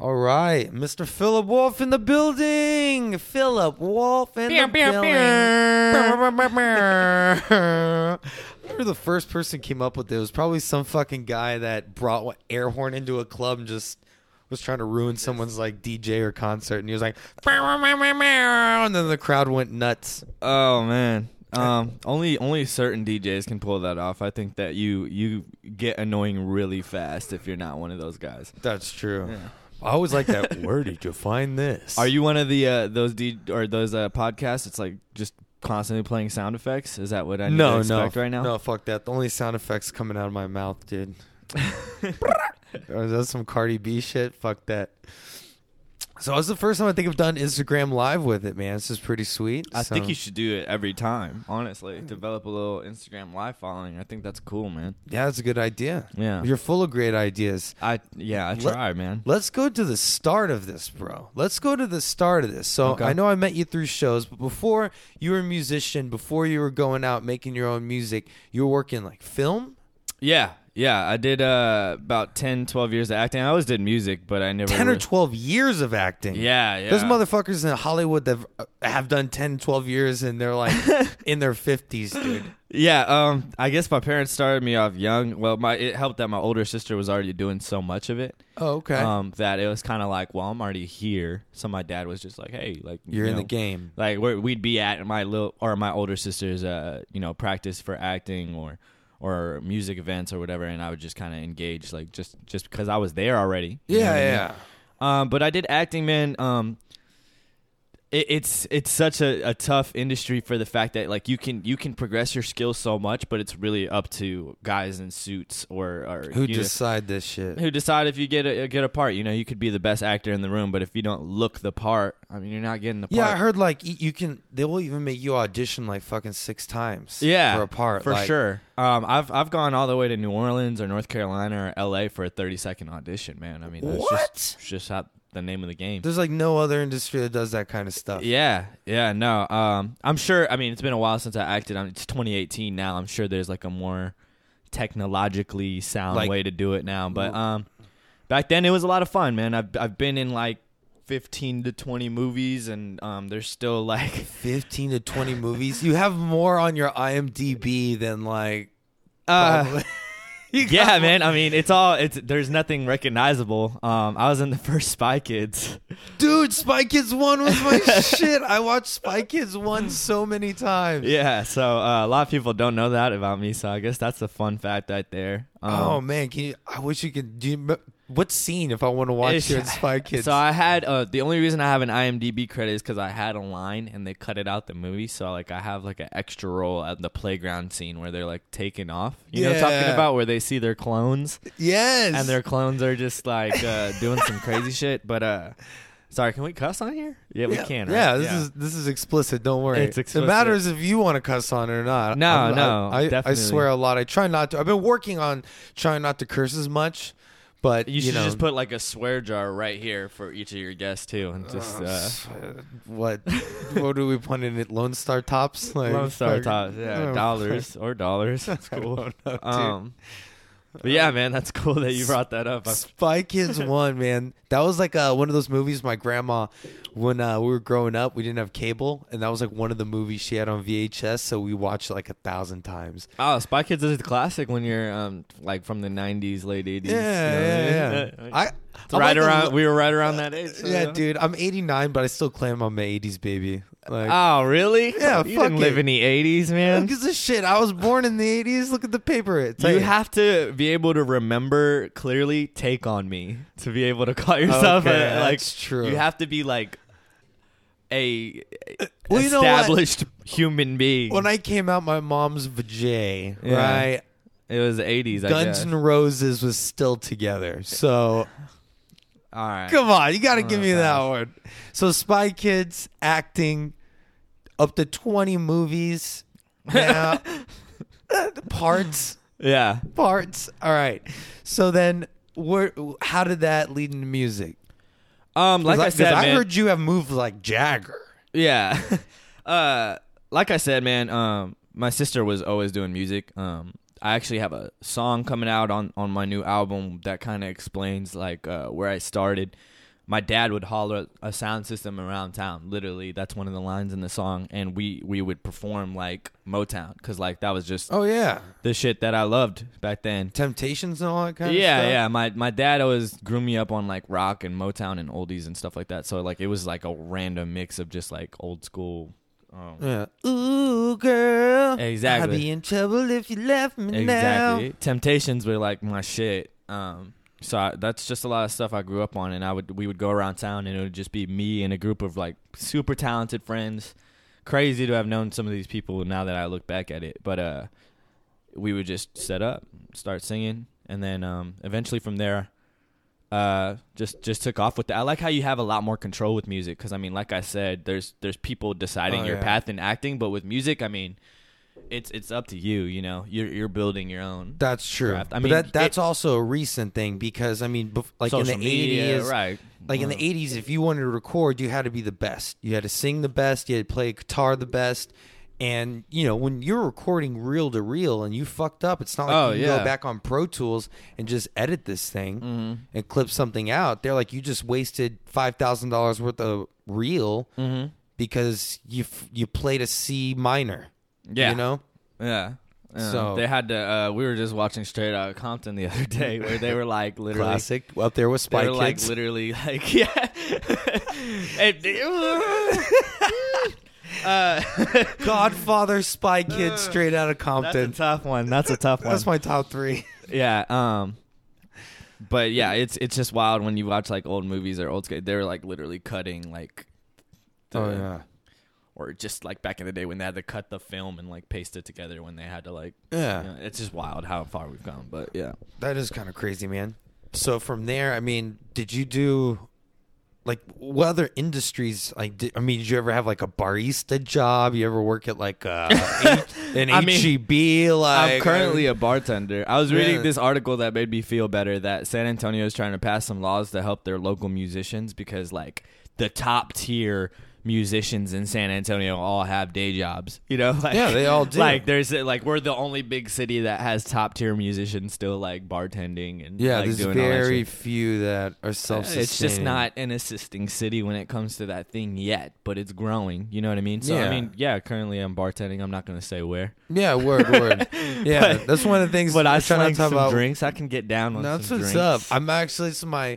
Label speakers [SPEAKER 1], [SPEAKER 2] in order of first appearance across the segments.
[SPEAKER 1] All right, Mr. Philip Wolf in the building. Philip Wolf in the building. I remember the first person came up with it was probably some fucking guy that brought what, air horn into a club and just was trying to ruin someone's like DJ or concert, and he was like, and then the crowd went nuts.
[SPEAKER 2] Oh man. Um, only only certain DJs can pull that off. I think that you you get annoying really fast if you're not one of those guys.
[SPEAKER 1] That's true. I always like that. Where did you find this?
[SPEAKER 2] Are you one of the uh, those D or those uh, podcasts? It's like just constantly playing sound effects. Is that what I need to
[SPEAKER 1] no, no,
[SPEAKER 2] expect right now?
[SPEAKER 1] No, fuck that. The only sound effects coming out of my mouth, dude. Or is that some Cardi B shit? Fuck that. So that's the first time I think I've done Instagram live with it, man. This is pretty sweet.
[SPEAKER 2] I
[SPEAKER 1] So-
[SPEAKER 2] think you should do it every time. Honestly, develop a little Instagram live following. I think that's cool, man.
[SPEAKER 1] Yeah, that's a good idea.
[SPEAKER 2] Yeah.
[SPEAKER 1] You're full of great ideas.
[SPEAKER 2] I yeah, I
[SPEAKER 1] Let-
[SPEAKER 2] try, man.
[SPEAKER 1] Let's go to the start of this, bro. Let's go to the start of this. So
[SPEAKER 2] Okay.
[SPEAKER 1] I know I met you through shows, but before you were a musician, before you were going out making your own music, you were working like film.
[SPEAKER 2] Yeah, yeah. I did uh, about 10, 12 years of acting. I always did music, but I never
[SPEAKER 1] 10 or
[SPEAKER 2] really-
[SPEAKER 1] 12 years of acting.
[SPEAKER 2] Yeah, yeah.
[SPEAKER 1] There's motherfuckers in Hollywood that have- have done 10, 12 years and they're like in their 50s, dude.
[SPEAKER 2] Yeah, um, I guess my parents started me off young. Well, my it helped that my older sister was already doing so much of it.
[SPEAKER 1] Oh, okay.
[SPEAKER 2] Um, that it was kind of like, well, I'm already here. So my dad was just like, hey, like
[SPEAKER 1] You're
[SPEAKER 2] you
[SPEAKER 1] in the
[SPEAKER 2] know,
[SPEAKER 1] game.
[SPEAKER 2] Like where we'd be at my little or my older sister's, uh, you know, practice for acting or or music events or whatever, and I would just kind of engage, like just just because I was there already. you know what I mean? Um, but I did acting, man. Um, it, it's it's such a, a tough industry for the fact that like you can you can progress your skills so much, but it's really up to guys in suits or, or
[SPEAKER 1] Who
[SPEAKER 2] you know,
[SPEAKER 1] decide this shit?
[SPEAKER 2] who decide if you get a get a part. You know, you could be the best actor in the room, but if you don't look the part, I mean, you're not getting the part.
[SPEAKER 1] Yeah, I heard like y- you can. They will even make you audition like fucking six times.
[SPEAKER 2] Yeah,
[SPEAKER 1] for a part
[SPEAKER 2] for
[SPEAKER 1] like-
[SPEAKER 2] sure. Um, I've I've gone all the way to New Orleans or North Carolina or L.A. for a 30 second audition, man. I mean, that's
[SPEAKER 1] What?
[SPEAKER 2] Just, it's just how the name of the game.
[SPEAKER 1] There's like no other industry that does that kind of stuff.
[SPEAKER 2] Yeah, yeah, no. Um, I'm sure. I mean, it's been a while since I acted. I'm, it's 2018 now. I'm sure there's like a more technologically sound
[SPEAKER 1] Like-
[SPEAKER 2] way to do it now. But um, back then it was a lot of fun, man. I've I've been in like 15 to 20 movies, and um, there's still like
[SPEAKER 1] Fifteen to twenty movies. You have more on your IMDb than like.
[SPEAKER 2] uh.
[SPEAKER 1] probably- You got
[SPEAKER 2] Yeah,
[SPEAKER 1] more-
[SPEAKER 2] man. I mean, it's all it's. There's nothing recognizable. Um, I was in the first Spy Kids.
[SPEAKER 1] dude. Spy Kids One was my shit. I watched Spy Kids One so many times.
[SPEAKER 2] Yeah, so uh, a lot of people don't know that about me. So I guess that's a fun fact right there. Um,
[SPEAKER 1] oh man, can you, I wish you could. Do you, m- what scene if I want to watch
[SPEAKER 2] It's-
[SPEAKER 1] you in Spy Kids?
[SPEAKER 2] So I had uh, the only reason I have an IMDb credit is because I had a line and they cut it out the movie. So like I have like an extra role at the playground scene where they're like taking off. You know, what I'm talking
[SPEAKER 1] Yeah.
[SPEAKER 2] about where they see their clones
[SPEAKER 1] yes,
[SPEAKER 2] and their clones are just like uh, doing some crazy shit. But uh, sorry, can we cuss on here? Yeah, we
[SPEAKER 1] yeah.
[SPEAKER 2] can. right?
[SPEAKER 1] Yeah, this is this is explicit. Don't worry.
[SPEAKER 2] It's explicit.
[SPEAKER 1] It matters if you want to cuss on it or not.
[SPEAKER 2] No,
[SPEAKER 1] I'm-
[SPEAKER 2] no,
[SPEAKER 1] I, I, I
[SPEAKER 2] definitely.
[SPEAKER 1] swear a lot. I try not to. I've been working on trying not to curse as much, but
[SPEAKER 2] You should
[SPEAKER 1] know,
[SPEAKER 2] just put like a swear jar right here for each of your guests too, and just uh,
[SPEAKER 1] what what do we put in it? Lone Star tops, like
[SPEAKER 2] Lone Star
[SPEAKER 1] fuck-
[SPEAKER 2] Tops,
[SPEAKER 1] oh,
[SPEAKER 2] yeah,
[SPEAKER 1] fuck.
[SPEAKER 2] dollars or dollars. That's
[SPEAKER 1] I
[SPEAKER 2] cool.
[SPEAKER 1] don't know, dude.
[SPEAKER 2] Um, but yeah, man, that's cool that you brought that up. I-
[SPEAKER 1] Spy Kids One, man, that was like uh, one of those movies. My grandma, when uh, we were growing up, we didn't have cable, and that was like one of the movies she had on VHS. So we watched it like a thousand times.
[SPEAKER 2] Oh, Spy Kids is a classic when you're um like from the '90s, late '80s. you know what I
[SPEAKER 1] Yeah, yeah,
[SPEAKER 2] mean?
[SPEAKER 1] yeah.
[SPEAKER 2] Uh,
[SPEAKER 1] I
[SPEAKER 2] it's
[SPEAKER 1] I'm
[SPEAKER 2] right
[SPEAKER 1] like a
[SPEAKER 2] around.
[SPEAKER 1] lo-
[SPEAKER 2] we were right around that age. so-
[SPEAKER 1] yeah, dude. I'm 89, but I still claim I'm a 80s baby. Like,
[SPEAKER 2] Oh, really?
[SPEAKER 1] Yeah,
[SPEAKER 2] you
[SPEAKER 1] fuck
[SPEAKER 2] didn't live
[SPEAKER 1] it.
[SPEAKER 2] in the '80s, man.
[SPEAKER 1] who gives a shit? I was born in the 80s. Look at the paper. It's
[SPEAKER 2] You
[SPEAKER 1] like-
[SPEAKER 2] have to be able to remember clearly "Take on Me" to be able to call yourself
[SPEAKER 1] Okay,
[SPEAKER 2] a, like
[SPEAKER 1] that's true.
[SPEAKER 2] You have to be like a
[SPEAKER 1] Well, you know what?
[SPEAKER 2] established human being.
[SPEAKER 1] When I came out, my mom's vajay,
[SPEAKER 2] Yeah.
[SPEAKER 1] right?
[SPEAKER 2] it was the '80s, I
[SPEAKER 1] Guns
[SPEAKER 2] guess.
[SPEAKER 1] N' Roses was still together. So
[SPEAKER 2] All right.
[SPEAKER 1] come on, you got to give me that
[SPEAKER 2] gosh.
[SPEAKER 1] one. So Spy Kids acting up to 20 movies now. parts.
[SPEAKER 2] Yeah.
[SPEAKER 1] parts. All right. So then, where? How did that lead into music?
[SPEAKER 2] Um, like
[SPEAKER 1] 'Cause
[SPEAKER 2] I
[SPEAKER 1] 'cause
[SPEAKER 2] said, man,
[SPEAKER 1] heard you have moved like Jagger.
[SPEAKER 2] Yeah. uh like I said, man, um my sister was always doing music. Um I actually have a song coming out on on my new album that kind of explains like uh where I started. my dad would holler a sound system around town. Literally, that's one of the lines in the song, and we we would perform like Motown because like that was just
[SPEAKER 1] Oh yeah,
[SPEAKER 2] the shit that I loved back then.
[SPEAKER 1] Temptations and all that kind
[SPEAKER 2] yeah,
[SPEAKER 1] of stuff.
[SPEAKER 2] yeah. My my dad always grew me up on like rock and Motown and oldies and stuff like that. So like it was like a random mix of just like old school. Um,
[SPEAKER 1] yeah, yeah. Ooh, girl,
[SPEAKER 2] Exactly.
[SPEAKER 1] I'd be in trouble if you left me now.
[SPEAKER 2] Exactly. Temptations were like my shit. Um, so I, that's just a lot of stuff I grew up on, and I would we would go around town, and it would just be me and a group of like super talented friends. Crazy to have known some of these people now that I look back at it, but uh, we would just set up, start singing, and then um, eventually from there, uh, just just took off with that. I like how you have a lot more control with music because I mean, like I said, there's there's people deciding
[SPEAKER 1] Oh,
[SPEAKER 2] your
[SPEAKER 1] yeah.
[SPEAKER 2] path in acting, but with music, I mean, it's it's up to you. You know, you're you're building your own.
[SPEAKER 1] That's true.
[SPEAKER 2] Craft. I
[SPEAKER 1] But
[SPEAKER 2] mean,
[SPEAKER 1] that, that's
[SPEAKER 2] it-
[SPEAKER 1] also a recent thing because I mean, bef- like
[SPEAKER 2] Social
[SPEAKER 1] in the
[SPEAKER 2] media,
[SPEAKER 1] 80s,
[SPEAKER 2] right.
[SPEAKER 1] Like in the 80s, if you wanted to record, you had to be the best. You had to sing the best. You had to play guitar the best. And, you know, when you're recording reel to reel and you fucked up, it's not like
[SPEAKER 2] Oh,
[SPEAKER 1] you can
[SPEAKER 2] yeah. Mm-hmm.
[SPEAKER 1] go back on Pro Tools and just edit this thing and clip something out. They're like, you just wasted $5,000 worth of reel
[SPEAKER 2] Mm-hmm.
[SPEAKER 1] because you, f- you played a C minor.
[SPEAKER 2] Yeah.
[SPEAKER 1] You know?
[SPEAKER 2] yeah. Yeah.
[SPEAKER 1] So-
[SPEAKER 2] they had to. Uh, we were just watching Straight Outta Compton the other day, where they were like literally
[SPEAKER 1] Classic. Up there with Spy
[SPEAKER 2] They were like
[SPEAKER 1] Kids.
[SPEAKER 2] literally like yeah. And they- uh,
[SPEAKER 1] Godfather, Spy Kids, straight out of
[SPEAKER 2] that's a
[SPEAKER 1] Compton.
[SPEAKER 2] tough one. That's a tough one.
[SPEAKER 1] That's my top three.
[SPEAKER 2] yeah. Um. But yeah, it's it's just wild when you watch like old movies or old. sca- They were like literally cutting like. the-
[SPEAKER 1] Oh,
[SPEAKER 2] Or just like back in the day when they had to cut the film and like paste it together when they had to like.
[SPEAKER 1] Yeah.
[SPEAKER 2] you know, it's just wild how far we've gone, but yeah.
[SPEAKER 1] That is kind of crazy, man. So from there, I mean, did you do like what other industries? Like, did, I mean, did you ever have like a barista job? You ever work at like uh, an
[SPEAKER 2] I mean,
[SPEAKER 1] HEB? Like,
[SPEAKER 2] I'm currently a bartender. I was reading
[SPEAKER 1] Yeah.
[SPEAKER 2] this article that made me feel better that San Antonio is trying to pass some laws to help their local musicians because like the top tier musicians in San Antonio all have day jobs. You know, like,
[SPEAKER 1] Yeah, they all do.
[SPEAKER 2] Like there's like we're the only big city that has top tier musicians still like bartending and
[SPEAKER 1] yeah.
[SPEAKER 2] like,
[SPEAKER 1] there's
[SPEAKER 2] doing all that
[SPEAKER 1] very
[SPEAKER 2] shit.
[SPEAKER 1] few that are
[SPEAKER 2] Uh,
[SPEAKER 1] self-sustaining.
[SPEAKER 2] It's just not an assisting city when it comes to that thing yet, but it's growing. You know what I mean? So I
[SPEAKER 1] Yeah.
[SPEAKER 2] mean, yeah. Currently, I'm bartending. I'm not gonna say where.
[SPEAKER 1] Yeah, word, word. Yeah,
[SPEAKER 2] But-
[SPEAKER 1] that's one of the things.
[SPEAKER 2] But I
[SPEAKER 1] we're trying
[SPEAKER 2] slang
[SPEAKER 1] not to talk
[SPEAKER 2] some
[SPEAKER 1] about.
[SPEAKER 2] drinks. I can get down on
[SPEAKER 1] That's
[SPEAKER 2] some
[SPEAKER 1] what's up.
[SPEAKER 2] drinks.
[SPEAKER 1] I'm actually it's my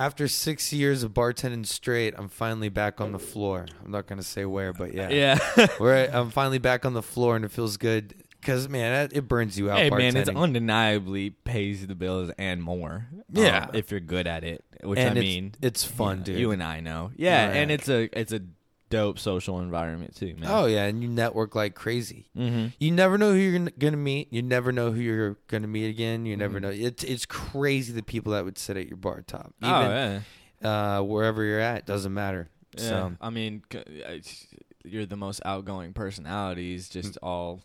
[SPEAKER 1] after six years of bartending straight. I'm finally back on the floor. I'm not gonna say where, but yeah,
[SPEAKER 2] yeah.
[SPEAKER 1] We're I'm finally back on the floor and it feels good because man, that, it burns you out.
[SPEAKER 2] hey man, it's
[SPEAKER 1] bartending.
[SPEAKER 2] undeniably pays the bills and more. um,
[SPEAKER 1] Yeah.
[SPEAKER 2] if you're good at it, which
[SPEAKER 1] and
[SPEAKER 2] I
[SPEAKER 1] it's-
[SPEAKER 2] mean,
[SPEAKER 1] it's fun,
[SPEAKER 2] you,
[SPEAKER 1] dude.
[SPEAKER 2] you and I know. Yeah,
[SPEAKER 1] Yeah.
[SPEAKER 2] and it's a it's a dope social environment too, man.
[SPEAKER 1] oh yeah, and you network like crazy.
[SPEAKER 2] hmm
[SPEAKER 1] You never know who you're gonna- gonna meet. You never know who you're gonna meet again. You
[SPEAKER 2] Mm.
[SPEAKER 1] never know. It's it's crazy the people that would sit at your bar top,
[SPEAKER 2] Oh
[SPEAKER 1] even
[SPEAKER 2] yeah.
[SPEAKER 1] uh, wherever you're at. Doesn't matter.
[SPEAKER 2] Yeah.
[SPEAKER 1] So
[SPEAKER 2] I mean, c- it's- you're the most outgoing personalities, just all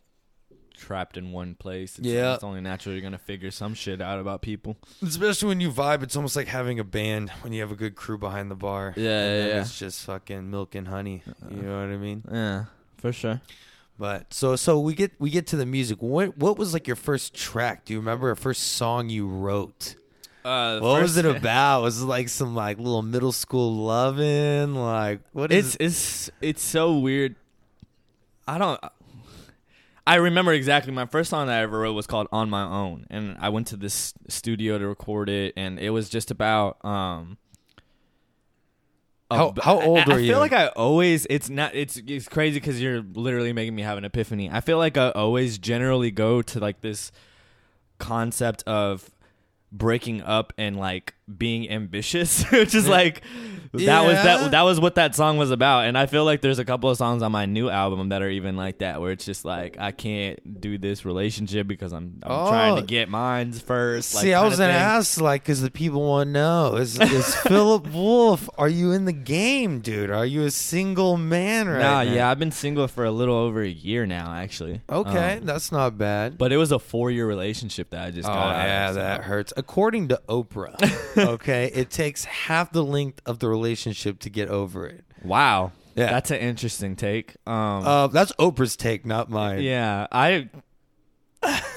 [SPEAKER 2] trapped in one place. It's,
[SPEAKER 1] Mm. Yeah.
[SPEAKER 2] it's only natural you're gonna figure some shit out about people.
[SPEAKER 1] especially when you vibe, it's almost like having a band when you have a good crew behind the bar.
[SPEAKER 2] Yeah,
[SPEAKER 1] And then
[SPEAKER 2] yeah, Uh-uh. yeah.
[SPEAKER 1] It's just fucking milk and honey. You know what I mean?
[SPEAKER 2] Yeah, for sure.
[SPEAKER 1] But so so we get we get to the music. What what was like your first track? Do you remember a first song you wrote?
[SPEAKER 2] Uh,
[SPEAKER 1] What was it about? Was it like some like little middle school loving? Like what is
[SPEAKER 2] It's it's it's so weird. I don't. I remember exactly my first song that I ever wrote was called "On My Own," and I went to this studio to record it, and it was just about um. a
[SPEAKER 1] How-
[SPEAKER 2] b-
[SPEAKER 1] how
[SPEAKER 2] I-
[SPEAKER 1] old
[SPEAKER 2] I,
[SPEAKER 1] were
[SPEAKER 2] I
[SPEAKER 1] you?
[SPEAKER 2] feel like I always it's not it's it's crazy because you're literally making me have an epiphany. I feel like I always generally go to like this concept of breaking up and like being ambitious which is like that was
[SPEAKER 1] Yeah.
[SPEAKER 2] that that was what that song was about and i feel like there's a couple of songs on my new album that are even like that where it's just like i can't do this relationship because i'm, I'm
[SPEAKER 1] Oh.
[SPEAKER 2] trying to get mines first like,
[SPEAKER 1] See, I
[SPEAKER 2] kinda
[SPEAKER 1] was gonna
[SPEAKER 2] thing.
[SPEAKER 1] ask, like, because the people want to know: is is Philip Wolf? Are you in the game, dude? Are you a single man right
[SPEAKER 2] nah
[SPEAKER 1] now?
[SPEAKER 2] yeah i've been single for a little over a year now actually
[SPEAKER 1] Okay,
[SPEAKER 2] Um,
[SPEAKER 1] that's not bad.
[SPEAKER 2] but it was a four-year relationship that i just
[SPEAKER 1] Oh
[SPEAKER 2] got out
[SPEAKER 1] yeah,
[SPEAKER 2] of, so-
[SPEAKER 1] that hurts. According to Oprah, okay, it takes half the length of the relationship to get over it.
[SPEAKER 2] wow
[SPEAKER 1] Yeah. Oh.
[SPEAKER 2] that's an interesting take um
[SPEAKER 1] Uh, that's Oprah's take, not mine.
[SPEAKER 2] yeah i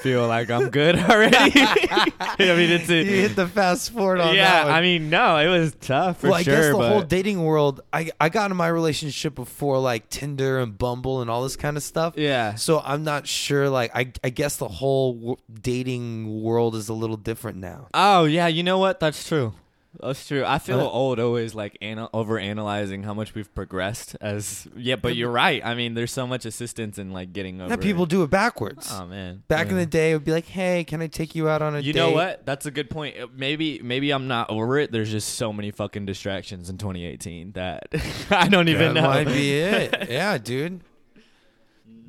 [SPEAKER 2] feel like I'm good already. I mean, it's a,
[SPEAKER 1] you hit the fast forward on
[SPEAKER 2] yeah.
[SPEAKER 1] that one.
[SPEAKER 2] I mean, no, it was tough for
[SPEAKER 1] well, I
[SPEAKER 2] sure.
[SPEAKER 1] guess the
[SPEAKER 2] but
[SPEAKER 1] whole dating world. I I got in my relationship before like Tinder and Bumble and all this kind of stuff.
[SPEAKER 2] yeah,
[SPEAKER 1] So I'm not sure. Like I I guess the whole w- dating world is a little different now.
[SPEAKER 2] Oh yeah, you know what? That's true. That's true. I feel
[SPEAKER 1] Uh,
[SPEAKER 2] old always like ana- over analyzing how much we've progressed as yeah, but you're right. I mean, there's so much assistance in like getting over.
[SPEAKER 1] Now people do it backwards.
[SPEAKER 2] Oh man.
[SPEAKER 1] Back in
[SPEAKER 2] Yeah.
[SPEAKER 1] the day, it would be like, "Hey, can I take you out on a
[SPEAKER 2] You
[SPEAKER 1] date?"
[SPEAKER 2] know what? That's a good point. Uh, Maybe maybe I'm not over it. There's just so many fucking distractions in 2018 that I don't even
[SPEAKER 1] That
[SPEAKER 2] know.
[SPEAKER 1] might be it. yeah, dude.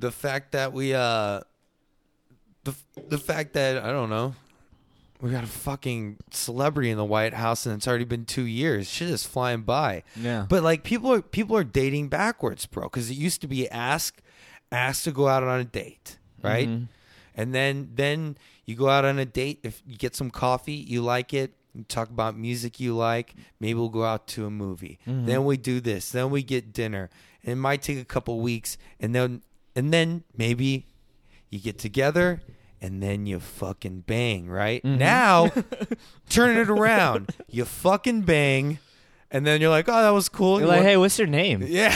[SPEAKER 1] The fact that we uh, the the fact that I don't know, we got a fucking celebrity in the White House, and it's already been two years. Shit is flying by.
[SPEAKER 2] Yeah.
[SPEAKER 1] But like people are people are dating backwards, bro. Because it used to be ask ask to go out on a date, right? And then then you go out on a date. If you get some coffee, you like it. You talk about music you like. Maybe we'll go out to a movie. Then we do this. Then we get dinner. And it might take a couple weeks. And then and then maybe you get together. And then you fucking bang, right? Now, turn it around. You fucking bang. And then you're like, oh, that was cool.
[SPEAKER 2] You're
[SPEAKER 1] You
[SPEAKER 2] like,
[SPEAKER 1] want-
[SPEAKER 2] hey, what's your name?
[SPEAKER 1] yeah.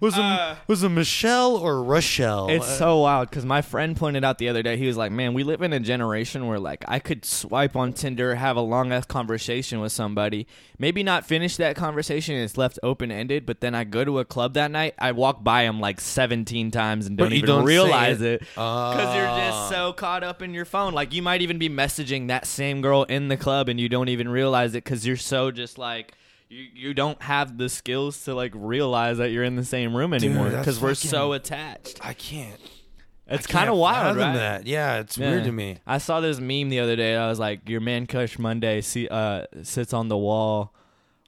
[SPEAKER 1] was it was it Michelle or Rochelle?
[SPEAKER 2] uh, It's so wild because my friend pointed out the other day. He was like, "Man, we live in a generation where like I could swipe on Tinder, have a long ass conversation with somebody, maybe not finish that conversation. and It's left open ended, but then I go to a club that night. I walk by him like seventeen times and don't
[SPEAKER 1] But you
[SPEAKER 2] even
[SPEAKER 1] don't say
[SPEAKER 2] realize
[SPEAKER 1] it. Ah.
[SPEAKER 2] it
[SPEAKER 1] Uh,
[SPEAKER 2] because you're just so caught up in your phone. Like you might even be messaging that same girl in the club and you don't even realize it because you're so just like." You, you don't have the skills to like realize that you're in the same room anymore
[SPEAKER 1] that's
[SPEAKER 2] because we're
[SPEAKER 1] fucking-
[SPEAKER 2] so attached.
[SPEAKER 1] I can't.
[SPEAKER 2] It's
[SPEAKER 1] can't
[SPEAKER 2] kind of wild,
[SPEAKER 1] fathom
[SPEAKER 2] right?
[SPEAKER 1] That yeah, it's
[SPEAKER 2] Yeah.
[SPEAKER 1] weird to me.
[SPEAKER 2] I saw this meme the other day. I was like, "Your man Kush Monday see, uh, sits on the wall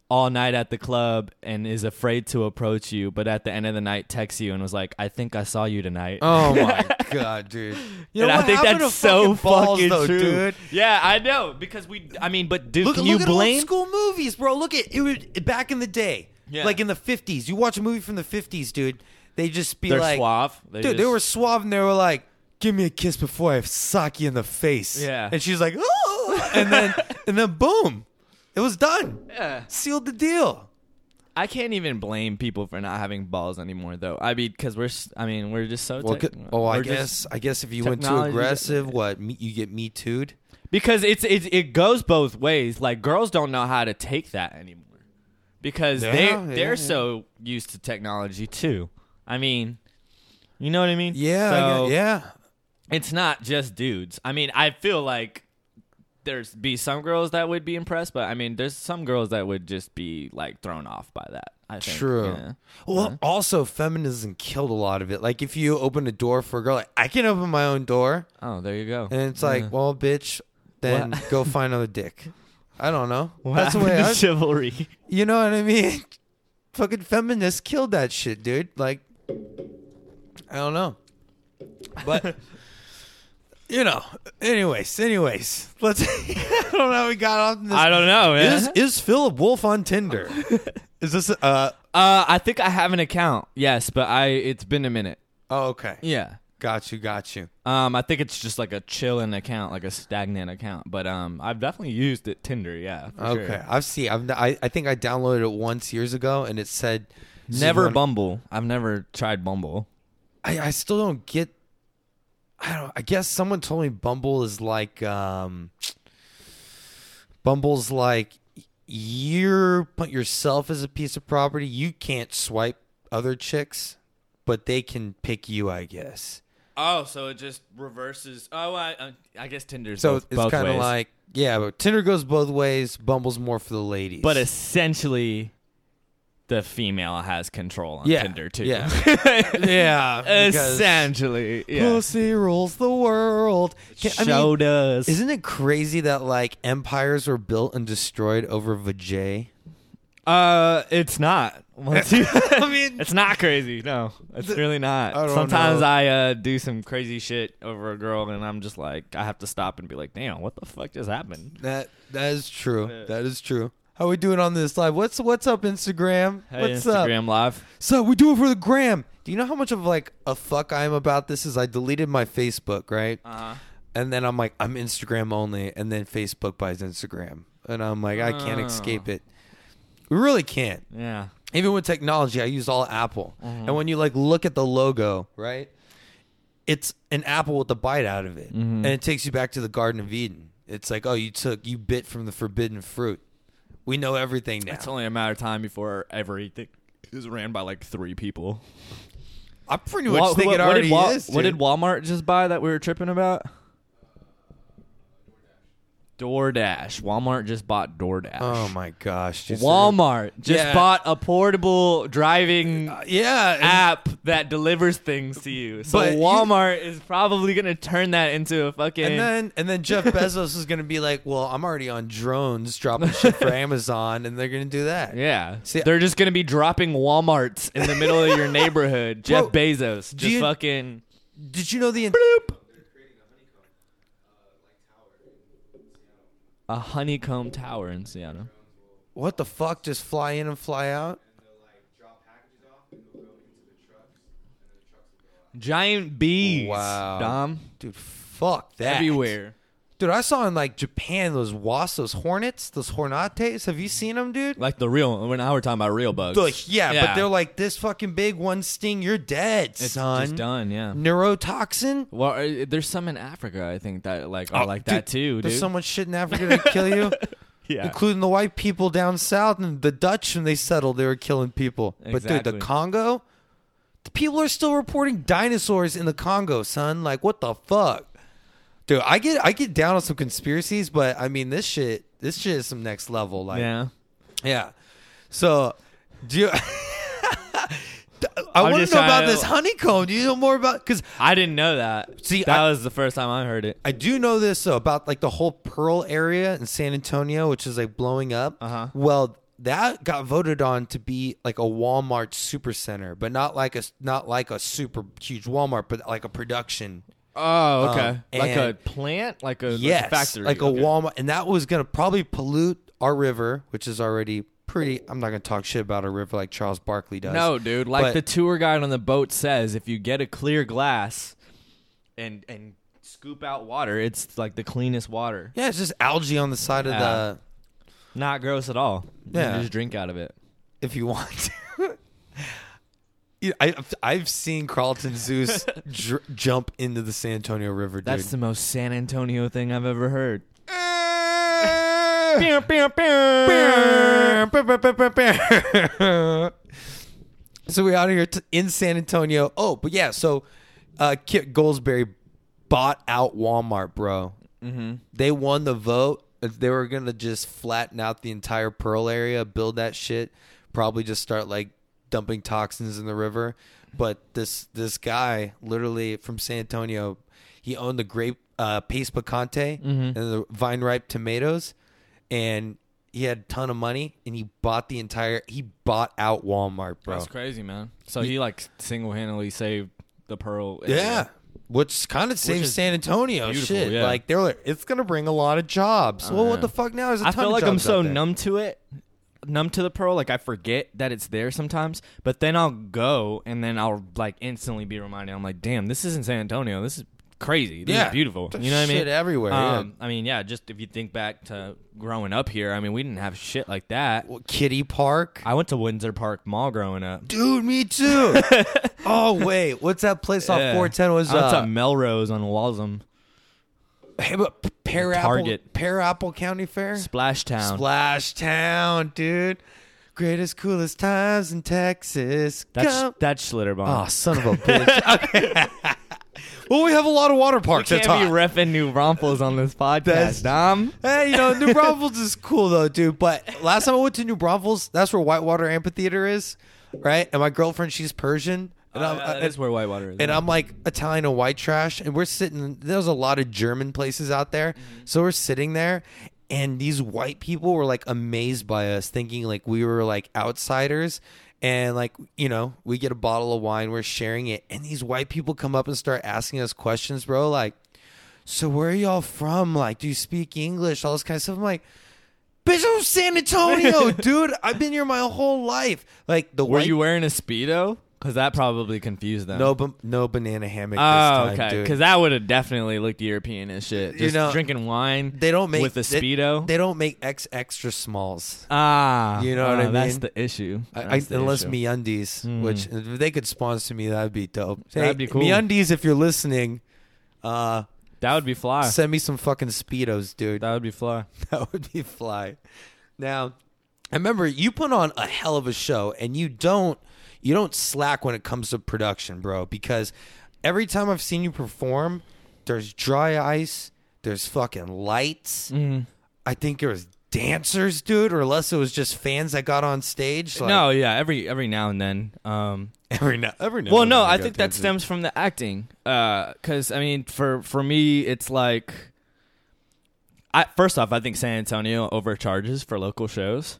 [SPEAKER 2] all night at the club and is afraid to approach you, but at the end of the night texts you and was like, "I think I saw you tonight."
[SPEAKER 1] Oh my god, dude. You know
[SPEAKER 2] and I
[SPEAKER 1] what?
[SPEAKER 2] think
[SPEAKER 1] Happened
[SPEAKER 2] that's
[SPEAKER 1] to
[SPEAKER 2] so
[SPEAKER 1] fucking, balls,
[SPEAKER 2] fucking
[SPEAKER 1] though,
[SPEAKER 2] true.
[SPEAKER 1] dude.
[SPEAKER 2] Yeah, I know because we. I mean, but dude,
[SPEAKER 1] Look,
[SPEAKER 2] can
[SPEAKER 1] look
[SPEAKER 2] you
[SPEAKER 1] at
[SPEAKER 2] blame?
[SPEAKER 1] old school movies, bro. Look at it was back in the day,
[SPEAKER 2] Yeah.
[SPEAKER 1] like in the fifties. You watch a movie from the fifties, dude. They just be
[SPEAKER 2] They're
[SPEAKER 1] like,
[SPEAKER 2] suave. They
[SPEAKER 1] dude.
[SPEAKER 2] just-
[SPEAKER 1] They were suave and they were like, "Give me a kiss before I sock you in the face."
[SPEAKER 2] Yeah.
[SPEAKER 1] and she's like, "Oh," and then and then boom, it was done.
[SPEAKER 2] Yeah.
[SPEAKER 1] Sealed the deal.
[SPEAKER 2] I can't even blame people for not having balls anymore, though. I mean, because we're. s- I mean, we're just so.
[SPEAKER 1] Well,
[SPEAKER 2] tech-
[SPEAKER 1] good- oh, I
[SPEAKER 2] we're just-
[SPEAKER 1] guess I guess if you went too
[SPEAKER 2] technology-
[SPEAKER 1] aggressive, what me, you get me too'd.
[SPEAKER 2] because it's, it's it goes both ways. Like girls don't know how to take that anymore because
[SPEAKER 1] Yeah,
[SPEAKER 2] they
[SPEAKER 1] yeah,
[SPEAKER 2] they're
[SPEAKER 1] yeah.
[SPEAKER 2] so used to technology too. I mean, you know what I mean?
[SPEAKER 1] Yeah, I
[SPEAKER 2] So
[SPEAKER 1] gue- yeah.
[SPEAKER 2] It's not just dudes. I mean, I feel like there's be some girls that would be impressed, but I mean, there's some girls that would just be like thrown off by that. I think.
[SPEAKER 1] True.
[SPEAKER 2] Yeah. Uh-huh.
[SPEAKER 1] Well, also feminism killed a lot of it. Like if you open a door for a girl, like I can open my own door,
[SPEAKER 2] Oh, there you go.
[SPEAKER 1] and it's like, well, bitch, then
[SPEAKER 2] What?
[SPEAKER 1] go find another dick. I don't know.
[SPEAKER 2] What
[SPEAKER 1] That's the way
[SPEAKER 2] happened
[SPEAKER 1] I,
[SPEAKER 2] to chivalry.
[SPEAKER 1] you know what I mean. Fucking feminists killed that shit, dude. Like, I don't know, but you know. Anyways, anyways, let's. I don't know. How we got off this
[SPEAKER 2] I don't know, man.
[SPEAKER 1] Is is Philip Wolf on Tinder? is this uh
[SPEAKER 2] uh, I think I have an account. Yes, but I it's been a minute.
[SPEAKER 1] oh okay.
[SPEAKER 2] Yeah.
[SPEAKER 1] Got you, got you.
[SPEAKER 2] Um, I think it's just like a chilling account, like a stagnant account. But um, I've definitely used it Tinder. Yeah. for sure.
[SPEAKER 1] Okay. I've seen I've I, I think I downloaded it once years ago and it said
[SPEAKER 2] Never
[SPEAKER 1] Bumble.
[SPEAKER 2] Bumble. I've never tried Bumble.
[SPEAKER 1] I, I still don't get I don't I guess someone told me Bumble is like um Bumble's like you put yourself as a piece of property. You can't swipe other chicks, but they can pick you, I guess.
[SPEAKER 2] Oh, so it just reverses. Oh, I uh, I guess Tinder's
[SPEAKER 1] So
[SPEAKER 2] both,
[SPEAKER 1] it's kind of like yeah, but Tinder goes both ways. Bumble's more for the ladies.
[SPEAKER 2] but essentially, the female has control on
[SPEAKER 1] Yeah,
[SPEAKER 2] Tinder too.
[SPEAKER 1] yeah. yeah, because
[SPEAKER 2] essentially, yeah.
[SPEAKER 1] pussy rules the world. Can- I mean,
[SPEAKER 2] Show does.
[SPEAKER 1] isn't it crazy that like empires were built and destroyed over vajay?
[SPEAKER 2] Uh, it's not. Once you-
[SPEAKER 1] I mean,
[SPEAKER 2] It's not crazy. No, it's really not.
[SPEAKER 1] I don't
[SPEAKER 2] Sometimes
[SPEAKER 1] know.
[SPEAKER 2] I uh, do some crazy shit over a girl, and I'm just like, I have to stop and be like, damn, what the fuck just happened?
[SPEAKER 1] that that is true. That is true. How we doing on this live? What's what's up, Instagram?
[SPEAKER 2] Hey,
[SPEAKER 1] what's up?
[SPEAKER 2] Instagram Live.
[SPEAKER 1] So we do it for the gram. Do you know how much of like a fuck I am about this? Is I deleted my Facebook, right?
[SPEAKER 2] Uh-huh.
[SPEAKER 1] And then I'm like, I'm Instagram only, and then Facebook buys Instagram, and I'm like, I can't
[SPEAKER 2] Oh.
[SPEAKER 1] escape it. We really can't.
[SPEAKER 2] Yeah.
[SPEAKER 1] Even with technology, I used all Apple,
[SPEAKER 2] Mm-hmm.
[SPEAKER 1] and when you like look at the logo, right? It's an apple with a bite out of it,
[SPEAKER 2] Mm-hmm.
[SPEAKER 1] and it takes you back to the Garden of Eden. It's like, oh, you took you bit from the forbidden fruit. We know everything now.
[SPEAKER 2] It's only a matter of time before everything is ran by like three people.
[SPEAKER 1] I pretty much think it
[SPEAKER 2] what,
[SPEAKER 1] already
[SPEAKER 2] did Wal-
[SPEAKER 1] is.
[SPEAKER 2] what
[SPEAKER 1] dude.
[SPEAKER 2] did Walmart just buy that we were tripping about? DoorDash. Walmart just bought DoorDash.
[SPEAKER 1] Oh my gosh! dude.
[SPEAKER 2] Walmart just
[SPEAKER 1] Yeah.
[SPEAKER 2] bought a portable driving
[SPEAKER 1] Yeah. and-
[SPEAKER 2] app that delivers things to you. So
[SPEAKER 1] But you-
[SPEAKER 2] Walmart is probably gonna turn that into a fucking.
[SPEAKER 1] And then and then Jeff Bezos is gonna be like, "Well, I'm already on drones dropping shit for Amazon, and they're gonna do that."
[SPEAKER 2] yeah,
[SPEAKER 1] See,
[SPEAKER 2] they're just gonna be dropping Walmarts in the middle of your neighborhood. Jeff
[SPEAKER 1] Bro,
[SPEAKER 2] Bezos,
[SPEAKER 1] do
[SPEAKER 2] just
[SPEAKER 1] you-
[SPEAKER 2] fucking.
[SPEAKER 1] Did you know the?
[SPEAKER 2] A honeycomb tower in Seattle.
[SPEAKER 1] What the fuck? Just fly in and fly out?
[SPEAKER 2] Giant bees.
[SPEAKER 1] Wow.
[SPEAKER 2] Dom.
[SPEAKER 1] Dude, fuck that.
[SPEAKER 2] Everywhere.
[SPEAKER 1] Dude, I saw in like Japan those wasps, those hornets, those hornates. Have you seen them, dude?
[SPEAKER 2] Like the real. We're now we're talking about real bugs.
[SPEAKER 1] Like, yeah, but they're like this fucking big. One sting, you're dead,
[SPEAKER 2] it's
[SPEAKER 1] son.
[SPEAKER 2] just done. Yeah.
[SPEAKER 1] Neurotoxin.
[SPEAKER 2] Well, uh, there's some in Africa, I think that like are
[SPEAKER 1] Oh,
[SPEAKER 2] like
[SPEAKER 1] dude,
[SPEAKER 2] that too, dude.
[SPEAKER 1] There's so much shit in Africa that kill you.
[SPEAKER 2] yeah.
[SPEAKER 1] including the white people down south and the Dutch when they settled, they were killing people. But dude,
[SPEAKER 2] Exactly.
[SPEAKER 1] the Congo, the people are still reporting dinosaurs in the Congo, son. Like, what the fuck, dude? I get I get down on some conspiracies, but I mean, this shit, this shit is some next level. Like, yeah.
[SPEAKER 2] Yeah.
[SPEAKER 1] So, do you? I want
[SPEAKER 2] just
[SPEAKER 1] to know about
[SPEAKER 2] trying to-
[SPEAKER 1] this honeycomb. Do you know more about? Because
[SPEAKER 2] I didn't know that.
[SPEAKER 1] See,
[SPEAKER 2] that
[SPEAKER 1] I-
[SPEAKER 2] was the first time I heard it.
[SPEAKER 1] I do know this though, about like the whole Pearl area in San Antonio, which is like blowing up.
[SPEAKER 2] Uh-huh.
[SPEAKER 1] Well, that got voted on to be like a Walmart supercenter, but not like a not like a super huge Walmart, but like a production.
[SPEAKER 2] Oh,
[SPEAKER 1] okay. Um,
[SPEAKER 2] like a
[SPEAKER 1] and-
[SPEAKER 2] plant, like a,
[SPEAKER 1] yes,
[SPEAKER 2] like a factory,
[SPEAKER 1] like a
[SPEAKER 2] okay.
[SPEAKER 1] Walmart, and that was gonna probably pollute our river, which is already pretty. I'm not gonna talk shit about our river like Charles Barkley does.
[SPEAKER 2] No, dude. Like
[SPEAKER 1] But-
[SPEAKER 2] the tour guide on the boat says, if you get a clear glass, and and scoop out water, it's like the cleanest water.
[SPEAKER 1] Yeah, it's just algae on the side of
[SPEAKER 2] Yeah.
[SPEAKER 1] the
[SPEAKER 2] Not gross at all. You can
[SPEAKER 1] Yeah.
[SPEAKER 2] just drink out of it.
[SPEAKER 1] if you want to. Yeah, I, I've seen Carlton Zeus dr- jump into the San Antonio River, dude.
[SPEAKER 2] That's the most San Antonio thing I've ever heard.
[SPEAKER 1] Eh! so we out here t- in San Antonio. Oh, but yeah, so uh, Kit Goldsberry bought out Walmart, bro. Mm-hmm. They won the vote. They were gonna just flatten out the entire Pearl area, build that shit, probably just start like dumping toxins in the river. But this this guy, literally from San Antonio, he owned the grape uh, pace picante and the vine ripe tomatoes, and he had a ton of money, and he bought the entire. He bought out Walmart, bro.
[SPEAKER 2] That's crazy, man. So he like single handedly saved the pearl. area.
[SPEAKER 1] Yeah. Which kind of saves
[SPEAKER 2] is
[SPEAKER 1] San Antonio
[SPEAKER 2] beautiful,
[SPEAKER 1] shit.
[SPEAKER 2] yeah. Oh,
[SPEAKER 1] Like they're like, it's gonna bring a lot of jobs. well,
[SPEAKER 2] yeah.
[SPEAKER 1] what the fuck now? There's a
[SPEAKER 2] I
[SPEAKER 1] ton
[SPEAKER 2] feel
[SPEAKER 1] of
[SPEAKER 2] like I'm
[SPEAKER 1] jobs out
[SPEAKER 2] so
[SPEAKER 1] there.
[SPEAKER 2] numb to it, numb to the pearl. Like I forget that it's there sometimes, but then I'll go and then I'll like instantly be reminded. I'm like, damn, this isn't San Antonio. This is crazy. This
[SPEAKER 1] Yeah.
[SPEAKER 2] is beautiful.
[SPEAKER 1] There's
[SPEAKER 2] you know what I mean?
[SPEAKER 1] shit everywhere, yeah.
[SPEAKER 2] Um, I mean, yeah. Just if you think back to growing up here, I mean, we didn't have shit like that.
[SPEAKER 1] Well, Kitty Park.
[SPEAKER 2] I went to Windsor Park Mall growing up.
[SPEAKER 1] Dude, me too. oh wait, what's that place off
[SPEAKER 2] Yeah.
[SPEAKER 1] 410? Was
[SPEAKER 2] I went
[SPEAKER 1] uh,
[SPEAKER 2] to Melrose on Walsham,
[SPEAKER 1] hey, but P- Pear Apple,
[SPEAKER 2] Target.
[SPEAKER 1] Pear Apple County Fair,
[SPEAKER 2] Splash Town.
[SPEAKER 1] Splash Town, dude. Greatest, coolest times in Texas.
[SPEAKER 2] that's
[SPEAKER 1] Come-
[SPEAKER 2] that's Schlitterbahn.
[SPEAKER 1] oh, son of a bitch. okay. well, we have a lot of water parks.
[SPEAKER 2] Can't
[SPEAKER 1] that's
[SPEAKER 2] be
[SPEAKER 1] hot.
[SPEAKER 2] refing New Braunfels on this podcast,
[SPEAKER 1] That's-
[SPEAKER 2] Dom.
[SPEAKER 1] Hey, Eh, you know, New Braunfels is cool though, dude. But last time I went to New Braunfels, that's where Whitewater Amphitheater is, right? And my girlfriend, she's Persian, and I'm
[SPEAKER 2] Oh, yeah, Uh, that is
[SPEAKER 1] and,
[SPEAKER 2] where Whitewater is.
[SPEAKER 1] and I'm like Italian and white trash, and we're sitting. There's a lot of German places out there,
[SPEAKER 2] Mm-hmm.
[SPEAKER 1] so we're sitting there, and these white people were like amazed by us, thinking like we were like outsiders. And like you know, we get a bottle of wine, we're sharing it, and these white people come up and start asking us questions, bro. Like, so where are y'all from? Like, do you speak English? All this kind of stuff. I'm like, Bitch, I'm from San Antonio, dude. I've been here my whole life. Like the
[SPEAKER 2] Were
[SPEAKER 1] white
[SPEAKER 2] you wearing a speedo? Because that probably confused them.
[SPEAKER 1] no, ba- no banana hammock.
[SPEAKER 2] Oh,
[SPEAKER 1] this time,
[SPEAKER 2] okay.
[SPEAKER 1] dude.
[SPEAKER 2] Because that would have definitely looked European as shit.
[SPEAKER 1] You
[SPEAKER 2] Just
[SPEAKER 1] know,
[SPEAKER 2] drinking wine.
[SPEAKER 1] they don't make
[SPEAKER 2] with a
[SPEAKER 1] they-
[SPEAKER 2] speedo.
[SPEAKER 1] They, don't make X extra smalls.
[SPEAKER 2] ah,
[SPEAKER 1] You know what I
[SPEAKER 2] ah, That's
[SPEAKER 1] mean?
[SPEAKER 2] the issue.
[SPEAKER 1] I, I,
[SPEAKER 2] That's the
[SPEAKER 1] unless
[SPEAKER 2] issue. Hmm.
[SPEAKER 1] MeUndies, which if they could sponsor me, that'd be dope.
[SPEAKER 2] That'd be cool.
[SPEAKER 1] MeUndies, if you're listening, uh,
[SPEAKER 2] that would be fly.
[SPEAKER 1] send me some fucking speedos, dude.
[SPEAKER 2] That would be fly.
[SPEAKER 1] That would be fly. Now, I remember you put on a hell of a show, and you don't you don't slack when it comes to production, bro. Because every time I've seen you perform, there's dry ice, there's fucking lights.
[SPEAKER 2] Mm-hmm.
[SPEAKER 1] I think there was dancers, dude, or unless it was just fans that got on stage. Like,
[SPEAKER 2] no, yeah. Every every now and then. Um,
[SPEAKER 1] every now, every now.
[SPEAKER 2] well,
[SPEAKER 1] and
[SPEAKER 2] no,
[SPEAKER 1] then
[SPEAKER 2] I
[SPEAKER 1] got
[SPEAKER 2] think that
[SPEAKER 1] dancers.
[SPEAKER 2] stems from the acting. Because I mean, for for me, it's like, I first off, I think San Antonio overcharges for local shows.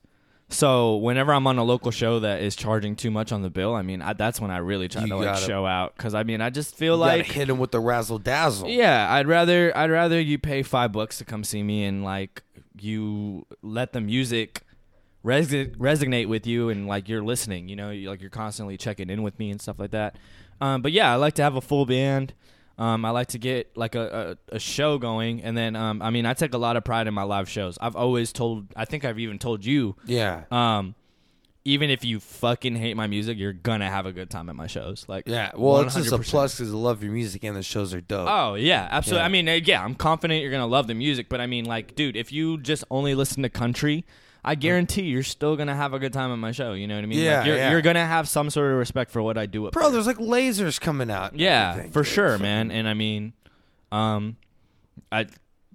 [SPEAKER 2] So whenever I'm on a local show that is charging too much on the bill, I mean, I, that's when I really try
[SPEAKER 1] You
[SPEAKER 2] to like
[SPEAKER 1] gotta-
[SPEAKER 2] show out. Because I mean, I just feel
[SPEAKER 1] You gotta
[SPEAKER 2] like
[SPEAKER 1] hit him with the razzle dazzle.
[SPEAKER 2] Yeah, I'd rather I'd rather you pay five bucks to come see me and like you let the music resi- resonate with you and like you're listening. You know, you, like you're constantly checking in with me and stuff like that. Um, but yeah, I like to have a full band. Um, I like to get like a, a, a show going, and then um, I mean, I take a lot of pride in my live shows. I've always told, I think I've even told you,
[SPEAKER 1] yeah,
[SPEAKER 2] um, even if you fucking hate my music, you're gonna have a good time at my shows. Like,
[SPEAKER 1] yeah. Well, it's just a
[SPEAKER 2] 100%.
[SPEAKER 1] plus because I love your music and the shows are dope.
[SPEAKER 2] Oh yeah, absolutely.
[SPEAKER 1] Yeah.
[SPEAKER 2] I mean, uh, yeah, I'm confident you're gonna love the music, but I mean, like, dude, if you just only listen to country, I guarantee you're still gonna have a good time at my show. You know what I mean?
[SPEAKER 1] Mm. Yeah,
[SPEAKER 2] like, you're,
[SPEAKER 1] yeah.
[SPEAKER 2] you're gonna have some sort of respect for what I do. Up
[SPEAKER 1] bro, there's like lasers coming out. and
[SPEAKER 2] yeah,
[SPEAKER 1] everything,
[SPEAKER 2] for
[SPEAKER 1] dude.
[SPEAKER 2] sure, man. And I mean, um, I,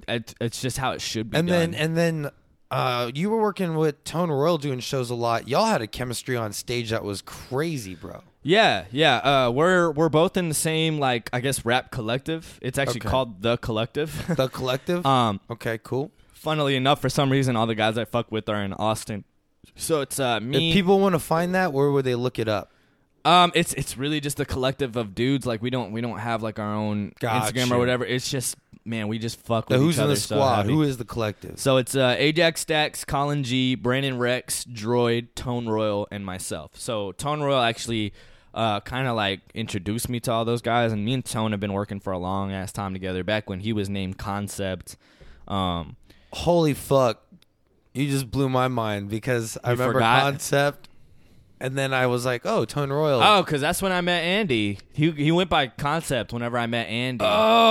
[SPEAKER 2] I, it's just how it should be.
[SPEAKER 1] And
[SPEAKER 2] done.
[SPEAKER 1] then and then uh, you were working with Tone Royal doing shows a lot. Y'all had a chemistry on stage that was crazy, bro.
[SPEAKER 2] Yeah, yeah. Uh, we're we're both in the same like I guess rap collective. It's actually
[SPEAKER 1] Okay.
[SPEAKER 2] called the collective.
[SPEAKER 1] The collective.
[SPEAKER 2] um,
[SPEAKER 1] okay, cool.
[SPEAKER 2] funnily enough, for some reason, all the guys I fuck with are in Austin. So it's uh, me.
[SPEAKER 1] If people want to find that, where would they look it up?
[SPEAKER 2] um, it's it's really just a collective of dudes. Like we don't we don't have like our own
[SPEAKER 1] Gotcha.
[SPEAKER 2] Instagram or whatever. It's just man, we just fuck
[SPEAKER 1] The
[SPEAKER 2] with
[SPEAKER 1] who's
[SPEAKER 2] each
[SPEAKER 1] in
[SPEAKER 2] other.
[SPEAKER 1] the squad?
[SPEAKER 2] So,
[SPEAKER 1] Who
[SPEAKER 2] heavy.
[SPEAKER 1] is the collective?
[SPEAKER 2] so it's uh, Ajax Stacks, Colin G, Brandon Rex, Droid, Tone Royal, and myself. So Tone Royal actually. Uh, kind of like introduced me to all those guys, and me and Tone have been working for a long ass time together. Back when he was named Concept, um,
[SPEAKER 1] Holy fuck. You just blew my mind because I
[SPEAKER 2] You
[SPEAKER 1] remember
[SPEAKER 2] forgot?
[SPEAKER 1] concept and then I was like, "Oh, Tone Royal."
[SPEAKER 2] Oh, because that's when I met Andy. He he went by concept whenever I met Andy.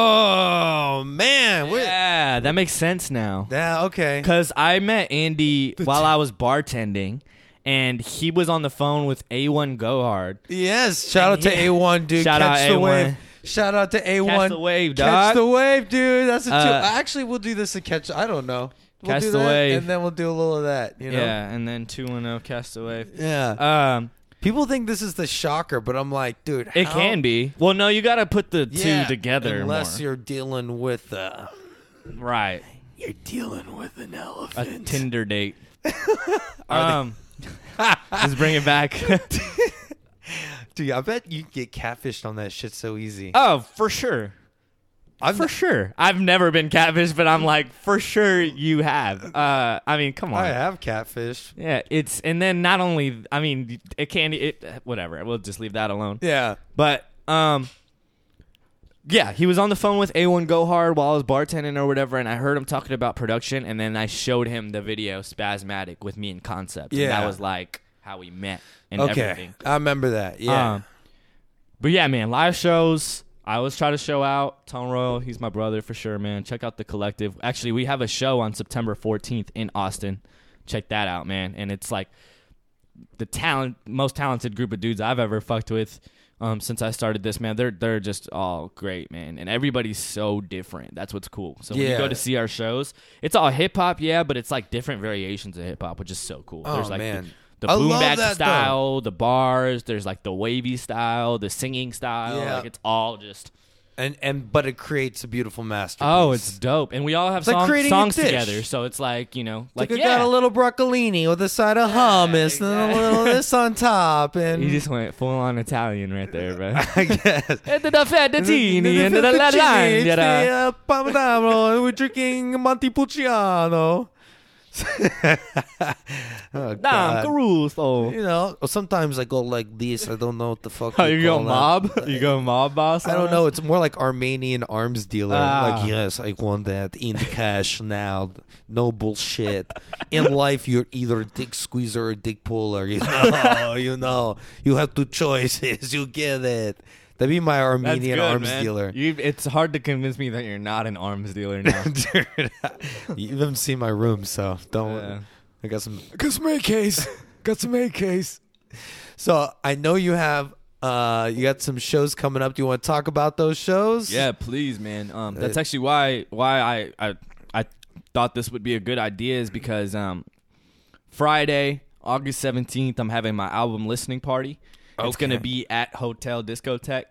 [SPEAKER 1] Oh, man. We're-
[SPEAKER 2] yeah, that makes sense now.
[SPEAKER 1] Yeah, okay.
[SPEAKER 2] Because I met Andy while I was bartending, and he was on the phone with A1 Gohard.
[SPEAKER 1] Yes, shout out to
[SPEAKER 2] Yeah.
[SPEAKER 1] A1, dude.
[SPEAKER 2] Shout
[SPEAKER 1] Catch
[SPEAKER 2] out
[SPEAKER 1] the
[SPEAKER 2] A1.
[SPEAKER 1] wave. Shout out to A1.
[SPEAKER 2] Catch the wave,
[SPEAKER 1] Catch
[SPEAKER 2] dog.
[SPEAKER 1] the wave, dude. That's a two.
[SPEAKER 2] Uh,
[SPEAKER 1] Actually, we'll do this and catch. I don't know. We'll
[SPEAKER 2] Catch
[SPEAKER 1] do
[SPEAKER 2] the
[SPEAKER 1] that,
[SPEAKER 2] wave.
[SPEAKER 1] and then we'll do a little of that. You know.
[SPEAKER 2] Yeah, and then two and zero Castaway.
[SPEAKER 1] Yeah.
[SPEAKER 2] Um,
[SPEAKER 1] People think this is the shocker, but I'm like, dude,
[SPEAKER 2] it
[SPEAKER 1] how-
[SPEAKER 2] can be. Well, no, you got to put the
[SPEAKER 1] Yeah,
[SPEAKER 2] two together.
[SPEAKER 1] Unless
[SPEAKER 2] more.
[SPEAKER 1] you're dealing with uh,
[SPEAKER 2] right,
[SPEAKER 1] you're dealing with an
[SPEAKER 2] a
[SPEAKER 1] elephant.
[SPEAKER 2] Tinder date. um, just bring it back.
[SPEAKER 1] dude, I bet you get catfished on that shit so easy.
[SPEAKER 2] oh, for sure.
[SPEAKER 1] I've
[SPEAKER 2] For sure. I've never been catfished, but I'm like, for sure you have. Uh, I mean, come on.
[SPEAKER 1] I have catfished.
[SPEAKER 2] Yeah, it's and then not only I mean it can it whatever. We'll just leave that alone.
[SPEAKER 1] Yeah.
[SPEAKER 2] But um yeah, he was on the phone with A1 Gohard while I was bartending or whatever, and I heard him talking about production, and then I showed him the video Spasmatic with me in concept. And
[SPEAKER 1] Yeah.
[SPEAKER 2] that was like how we met and
[SPEAKER 1] Okay.
[SPEAKER 2] everything.
[SPEAKER 1] I remember that. Yeah.
[SPEAKER 2] Um, but yeah, man, live shows. I always try to show out. Tone Royal, he's my brother for sure, man. Check out the collective. Actually, we have a show on September 14th in Austin. Check that out, man. And it's like the talent, most talented group of dudes I've ever fucked with um, since I started this, man. They're they're just all great, man. And everybody's so different. That's what's cool. So when
[SPEAKER 1] Yeah.
[SPEAKER 2] you go to see our shows, it's all hip hop, yeah, but it's like different variations of hip hop, which is so cool.
[SPEAKER 1] Oh,
[SPEAKER 2] There's like the-
[SPEAKER 1] man.
[SPEAKER 2] the,
[SPEAKER 1] I
[SPEAKER 2] boom
[SPEAKER 1] love
[SPEAKER 2] bap
[SPEAKER 1] that, though.
[SPEAKER 2] style the bars. There's like the wavy style, the singing style.
[SPEAKER 1] Yeah.
[SPEAKER 2] Like it's all just
[SPEAKER 1] and and but it creates a beautiful masterpiece.
[SPEAKER 2] oh, it's dope. And we all have
[SPEAKER 1] like
[SPEAKER 2] song-
[SPEAKER 1] creating a
[SPEAKER 2] songs
[SPEAKER 1] dish.
[SPEAKER 2] together, so it's like you know, like
[SPEAKER 1] Like, I
[SPEAKER 2] yeah.
[SPEAKER 1] got a little broccolini with a side of hummus and a
[SPEAKER 2] exactly.
[SPEAKER 1] little this on top, and
[SPEAKER 2] you just went full on Italian right there, bro.
[SPEAKER 1] I guess.
[SPEAKER 2] Into the fettuccine, into the la- la-
[SPEAKER 1] Fettuccine,
[SPEAKER 2] la-
[SPEAKER 1] uh, Parmigiano, and we're drinking Montepulciano. oh,
[SPEAKER 2] Damn,
[SPEAKER 1] God.
[SPEAKER 2] Caruso.
[SPEAKER 1] You know, sometimes I go like this. I don't know what the fuck.
[SPEAKER 2] Oh,
[SPEAKER 1] they
[SPEAKER 2] you go
[SPEAKER 1] call that.
[SPEAKER 2] mob? You go mob boss?
[SPEAKER 1] I don't know. It's more like Armenian arms dealer.
[SPEAKER 2] Ah.
[SPEAKER 1] Like, yes, I want that in cash now. No bullshit. In life, you're either a dick squeezer or dick puller. You know, you know, you have two choices. You get it. That'd be my
[SPEAKER 2] That's
[SPEAKER 1] Armenian
[SPEAKER 2] good,
[SPEAKER 1] arms
[SPEAKER 2] man.
[SPEAKER 1] dealer.
[SPEAKER 2] You, it's hard to convince me that you're not an arms dealer now.
[SPEAKER 1] Dude, you haven't seen my room, so don't.
[SPEAKER 2] Yeah.
[SPEAKER 1] I got some. Got some A case. got some A case. So I know you have. Uh, you got some shows coming up. Do you want to talk about those shows?
[SPEAKER 2] Yeah, please, man.
[SPEAKER 1] Uh,
[SPEAKER 2] Um, that's actually why why I, I I thought this would be a good idea is because um, Friday, August seventeenth, I'm having my album listening party. It's gonna
[SPEAKER 1] Okay.
[SPEAKER 2] be at Hotel Discotech.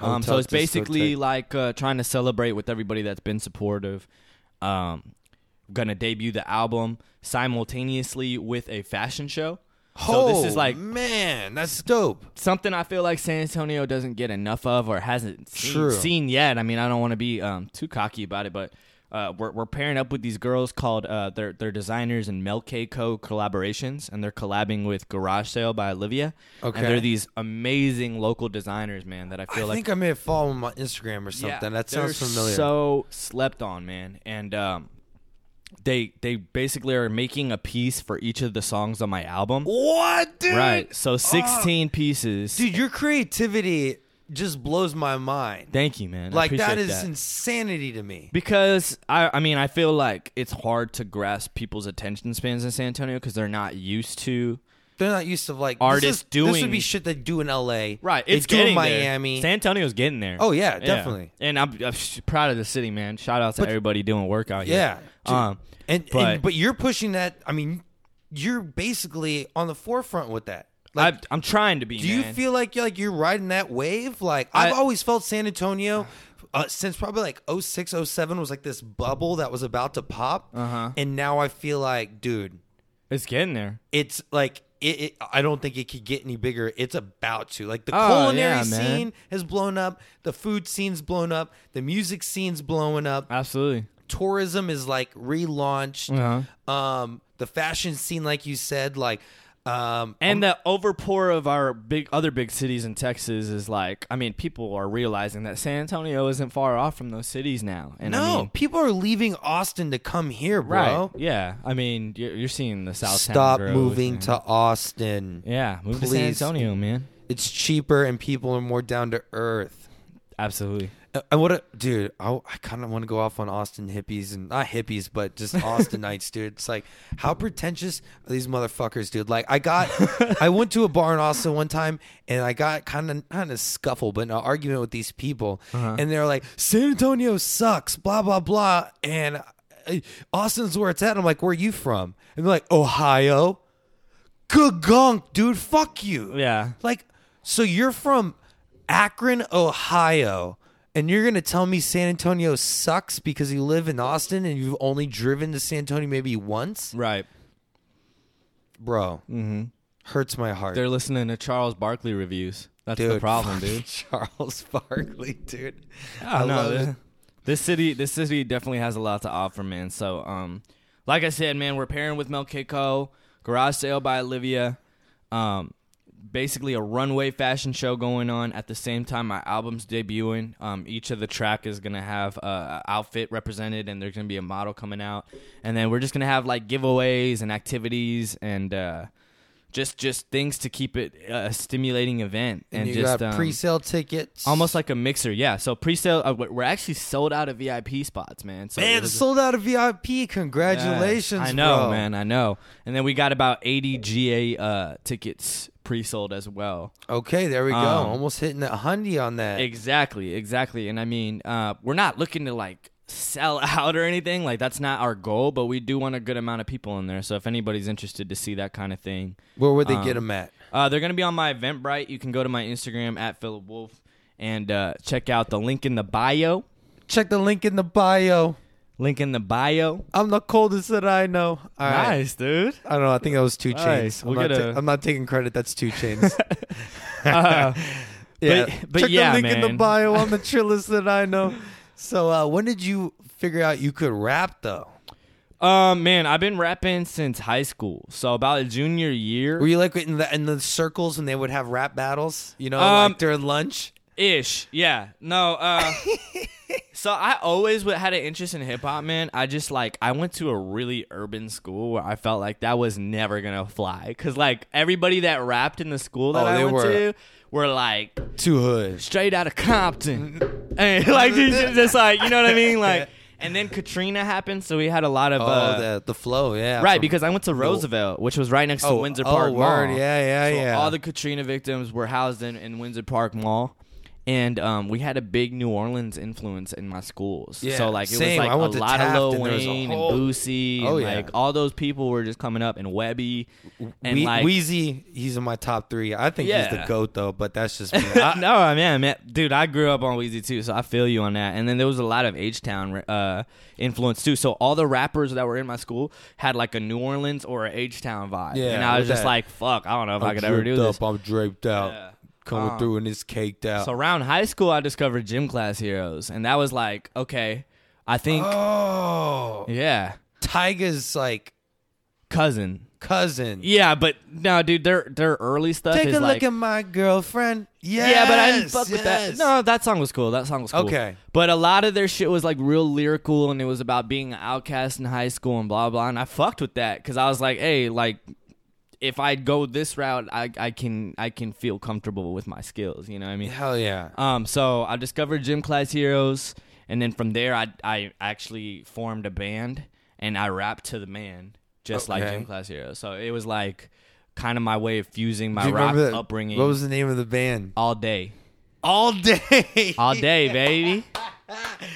[SPEAKER 2] Um, so
[SPEAKER 1] Hotel
[SPEAKER 2] it's basically
[SPEAKER 1] Discotheque.
[SPEAKER 2] like uh, trying to celebrate with everybody that's been supportive. Um, gonna debut the album simultaneously with a fashion show. So this is
[SPEAKER 1] Oh,
[SPEAKER 2] like
[SPEAKER 1] man, that's dope.
[SPEAKER 2] something I feel like San Antonio doesn't get enough of or hasn't seen,
[SPEAKER 1] True.
[SPEAKER 2] seen yet. I mean, I don't want to be um, too cocky about it, but uh, we're, we're pairing up with these girls called uh, they're, they're designers and Melke Co collaborations, and they're collabing with Garage Sale by Olivia.
[SPEAKER 1] Okay.
[SPEAKER 2] and they're these amazing local designers, man. That I
[SPEAKER 1] I
[SPEAKER 2] feel like
[SPEAKER 1] think I may have followed him on Instagram or something. that sounds
[SPEAKER 2] they're
[SPEAKER 1] familiar.
[SPEAKER 2] So slept on, man, and um, they they basically are making a piece for each of the songs on my album.
[SPEAKER 1] what, Ah. dude?
[SPEAKER 2] Right, so sixteen pieces.
[SPEAKER 1] dude, your creativity just blows my mind.
[SPEAKER 2] Thank you, man. I
[SPEAKER 1] like that
[SPEAKER 2] appreciate
[SPEAKER 1] is insanity to me.
[SPEAKER 2] because I, I mean, I feel like it's hard to grasp people's attention spans in San Antonio because they're not used to.
[SPEAKER 1] They're not used to like this
[SPEAKER 2] Artists
[SPEAKER 1] is- This would
[SPEAKER 2] doing-
[SPEAKER 1] be shit they do in L.A.
[SPEAKER 2] Right,
[SPEAKER 1] they
[SPEAKER 2] it's
[SPEAKER 1] do
[SPEAKER 2] getting
[SPEAKER 1] in Miami.
[SPEAKER 2] There. San Antonio's getting there.
[SPEAKER 1] Oh, yeah, definitely.
[SPEAKER 2] And I'm, I'm sh- proud of the city, man. Shout out to
[SPEAKER 1] But-
[SPEAKER 2] everybody doing work out
[SPEAKER 1] yeah,
[SPEAKER 2] here.
[SPEAKER 1] dude.
[SPEAKER 2] um,
[SPEAKER 1] and but,
[SPEAKER 2] but-
[SPEAKER 1] and but you're pushing that. I mean, you're basically on the forefront with that. Like,
[SPEAKER 2] I, I'm trying to be.
[SPEAKER 1] do you
[SPEAKER 2] man.
[SPEAKER 1] feel like you're like you're riding that wave? Like I've
[SPEAKER 2] I-
[SPEAKER 1] always felt San Antonio. Uh, since probably like 06, 07 was like this bubble that was about to pop,
[SPEAKER 2] Uh-huh.
[SPEAKER 1] and now I feel like, dude,
[SPEAKER 2] it's getting there?
[SPEAKER 1] it's like it, it I don't think it could get any bigger. It's about to. Like the
[SPEAKER 2] Oh,
[SPEAKER 1] culinary
[SPEAKER 2] yeah, man.
[SPEAKER 1] scene has blown up, the food scene's blown up, the music scene's blowing up.
[SPEAKER 2] Absolutely.
[SPEAKER 1] Tourism is like relaunched.
[SPEAKER 2] Uh-huh.
[SPEAKER 1] Um the fashion scene like you said like um
[SPEAKER 2] And the overpour of our big other big cities in Texas is like, I mean, people are realizing that San Antonio isn't far off from those cities now. And I
[SPEAKER 1] no,
[SPEAKER 2] mean,
[SPEAKER 1] people are leaving Austin to come here, bro.
[SPEAKER 2] Right. Yeah. I mean, you're, you're seeing the South.
[SPEAKER 1] Stop moving to Austin.
[SPEAKER 2] Yeah, move to San
[SPEAKER 1] Please.
[SPEAKER 2] Antonio, man.
[SPEAKER 1] It's cheaper and people are more down to earth.
[SPEAKER 2] Absolutely.
[SPEAKER 1] Uh, I want to, dude. I, I kind of want to go off on Austin hippies and not hippies, but just Austinites, dude. It's like how pretentious are these motherfuckers, dude? Like I got, I went to a bar in Austin one time and I got kind of not in a scuffle, but in an argument with these people, and they're like, San Antonio sucks, blah blah blah, and uh, Austin's where it's at. I'm like, where are you from? And they're like, Ohio. Good gunk, dude. Fuck you.
[SPEAKER 2] Yeah.
[SPEAKER 1] Like, so you're from Akron, Ohio, and you're gonna tell me San Antonio sucks because you live in Austin and you've only driven to San Antonio maybe once,
[SPEAKER 2] Right.
[SPEAKER 1] bro? Mm-hmm. Hurts my heart.
[SPEAKER 2] They're listening to Charles Barkley reviews. That's
[SPEAKER 1] dude,
[SPEAKER 2] the problem, dude.
[SPEAKER 1] Charles Barkley, dude.
[SPEAKER 2] I know
[SPEAKER 1] love
[SPEAKER 2] this,
[SPEAKER 1] it.
[SPEAKER 2] this city. This city definitely has a lot to offer, man. So, um, like I said, man, we're pairing with Mel Keiko, Garage Sale by Olivia, um, basically a runway fashion show going on at the same time my album's debuting. Um, each of the track is gonna have uh, a outfit represented, and there's gonna be a model coming out, and then we're just gonna have like giveaways and activities and. Uh, just, just things to keep it uh, a stimulating event, and,
[SPEAKER 1] And you
[SPEAKER 2] just
[SPEAKER 1] got
[SPEAKER 2] um,
[SPEAKER 1] pre-sale tickets.
[SPEAKER 2] Almost like a mixer, yeah. So pre-sale, uh, we're we're actually sold out of VIP spots, man. So it
[SPEAKER 1] man,
[SPEAKER 2] was-
[SPEAKER 1] sold out of VIP.
[SPEAKER 2] yeah.
[SPEAKER 1] Congratulations,
[SPEAKER 2] I know,
[SPEAKER 1] bro.
[SPEAKER 2] man. I know. And then we got about eighty GA uh, tickets pre-sold as well.
[SPEAKER 1] Okay, there we go.
[SPEAKER 2] Um,
[SPEAKER 1] Almost hitting that hundy on that.
[SPEAKER 2] Exactly, exactly. And I mean, uh, we're not looking to like sell out or anything. Like that's not our goal, but we do want a good amount of people in there. So if anybody's interested to see that kind of thing,
[SPEAKER 1] Where would they get them at?
[SPEAKER 2] Uh, they're going to be on my Eventbrite. You can go to my Instagram at Philip Wolf and uh, check out the link in the bio.
[SPEAKER 1] Check the link in the bio.
[SPEAKER 2] Link in the bio.
[SPEAKER 1] I'm the coldest that I know. All right.
[SPEAKER 2] nice, dude.
[SPEAKER 1] I don't know. I think that was two
[SPEAKER 2] Nice.
[SPEAKER 1] chains. I'm,
[SPEAKER 2] We'll
[SPEAKER 1] not
[SPEAKER 2] get
[SPEAKER 1] ta-
[SPEAKER 2] a-
[SPEAKER 1] I'm not taking credit. That's two chains.
[SPEAKER 2] Uh,
[SPEAKER 1] yeah,
[SPEAKER 2] but
[SPEAKER 1] Check
[SPEAKER 2] yeah,
[SPEAKER 1] the link in the
[SPEAKER 2] man.
[SPEAKER 1] bio. I'm the chillest that I know. So uh, when did you figure out you could rap though?
[SPEAKER 2] Um, man, I've been rapping since high school, so about junior year
[SPEAKER 1] Were you like in the in the circles when they would have rap battles? You know,
[SPEAKER 2] Um,
[SPEAKER 1] like during lunch.
[SPEAKER 2] ish. Yeah, no. Uh, so I always would, had an interest in hip hop, man. I just like I went to a really urban school where I felt like that was never gonna fly, because like everybody that rapped in the school that
[SPEAKER 1] Oh,
[SPEAKER 2] I
[SPEAKER 1] they
[SPEAKER 2] went
[SPEAKER 1] were-
[SPEAKER 2] to were like
[SPEAKER 1] Too hood.
[SPEAKER 2] straight out of Compton. And like these are just like you know what I mean? Like and then Katrina happened, so we had a lot of
[SPEAKER 1] Oh,
[SPEAKER 2] uh,
[SPEAKER 1] the the flow. Yeah.
[SPEAKER 2] right
[SPEAKER 1] from-
[SPEAKER 2] because I went to Roosevelt, which was right next to
[SPEAKER 1] Oh,
[SPEAKER 2] Windsor
[SPEAKER 1] oh,
[SPEAKER 2] Park
[SPEAKER 1] word.
[SPEAKER 2] Mall.
[SPEAKER 1] Yeah, yeah,
[SPEAKER 2] so
[SPEAKER 1] yeah.
[SPEAKER 2] All the Katrina victims were housed in, in Windsor Park Mall. And um, we had a big New Orleans influence in my schools.
[SPEAKER 1] Yeah,
[SPEAKER 2] so like it
[SPEAKER 1] same.
[SPEAKER 2] was like
[SPEAKER 1] I went
[SPEAKER 2] a
[SPEAKER 1] to
[SPEAKER 2] lot
[SPEAKER 1] Taft
[SPEAKER 2] of Lil
[SPEAKER 1] and there was a
[SPEAKER 2] Wayne
[SPEAKER 1] whole-
[SPEAKER 2] and Boosie.
[SPEAKER 1] Oh,
[SPEAKER 2] and,
[SPEAKER 1] yeah.
[SPEAKER 2] like all those people were just coming up and Webby and
[SPEAKER 1] Wee-
[SPEAKER 2] like
[SPEAKER 1] Wheezy, he's in my top three. I think he's
[SPEAKER 2] Yeah.
[SPEAKER 1] the goat though, but that's just me. I-
[SPEAKER 2] no, I man, man, dude, I grew up on Weezy too, so I feel you on that. And then there was a lot of H Town uh, influence too. So all the rappers that were in my school had like a New Orleans or a H Town vibe,
[SPEAKER 1] Yeah,
[SPEAKER 2] and I was
[SPEAKER 1] with
[SPEAKER 2] just
[SPEAKER 1] that-
[SPEAKER 2] like, "Fuck, I don't know if i
[SPEAKER 1] I'm
[SPEAKER 2] could ever do
[SPEAKER 1] dripped
[SPEAKER 2] this."
[SPEAKER 1] Up, I'm draped out,
[SPEAKER 2] Yeah.
[SPEAKER 1] coming
[SPEAKER 2] Um,
[SPEAKER 1] through and it's caked out.
[SPEAKER 2] So around high school, I discovered gym class heroes, and that was like, okay, I think,
[SPEAKER 1] oh,
[SPEAKER 2] yeah,
[SPEAKER 1] Tyga's like
[SPEAKER 2] cousin,
[SPEAKER 1] cousin.
[SPEAKER 2] yeah, but no, dude, their their early stuff
[SPEAKER 1] Take
[SPEAKER 2] is
[SPEAKER 1] a look
[SPEAKER 2] like.
[SPEAKER 1] at my girlfriend. Yes,
[SPEAKER 2] yeah, but I didn't fuck with
[SPEAKER 1] yes.
[SPEAKER 2] that. No, that song was cool. That song was cool.
[SPEAKER 1] Okay.
[SPEAKER 2] But a lot of their shit was like real lyrical and it was about being an outcast in high school and blah blah. And I fucked with that because I was like, hey, like if I go this route, I I can I can feel comfortable with my skills. You know what I mean?
[SPEAKER 1] hell yeah.
[SPEAKER 2] Um, so I discovered gym class heroes, and then from there, I I actually formed a band and I rapped to the man, just like
[SPEAKER 1] Okay.
[SPEAKER 2] gym class heroes. So it was like kind of my way of fusing
[SPEAKER 1] Do
[SPEAKER 2] my
[SPEAKER 1] you
[SPEAKER 2] rock
[SPEAKER 1] remember that-
[SPEAKER 2] upbringing
[SPEAKER 1] What was the name of the band?
[SPEAKER 2] all day.
[SPEAKER 1] All day.
[SPEAKER 2] all day, baby.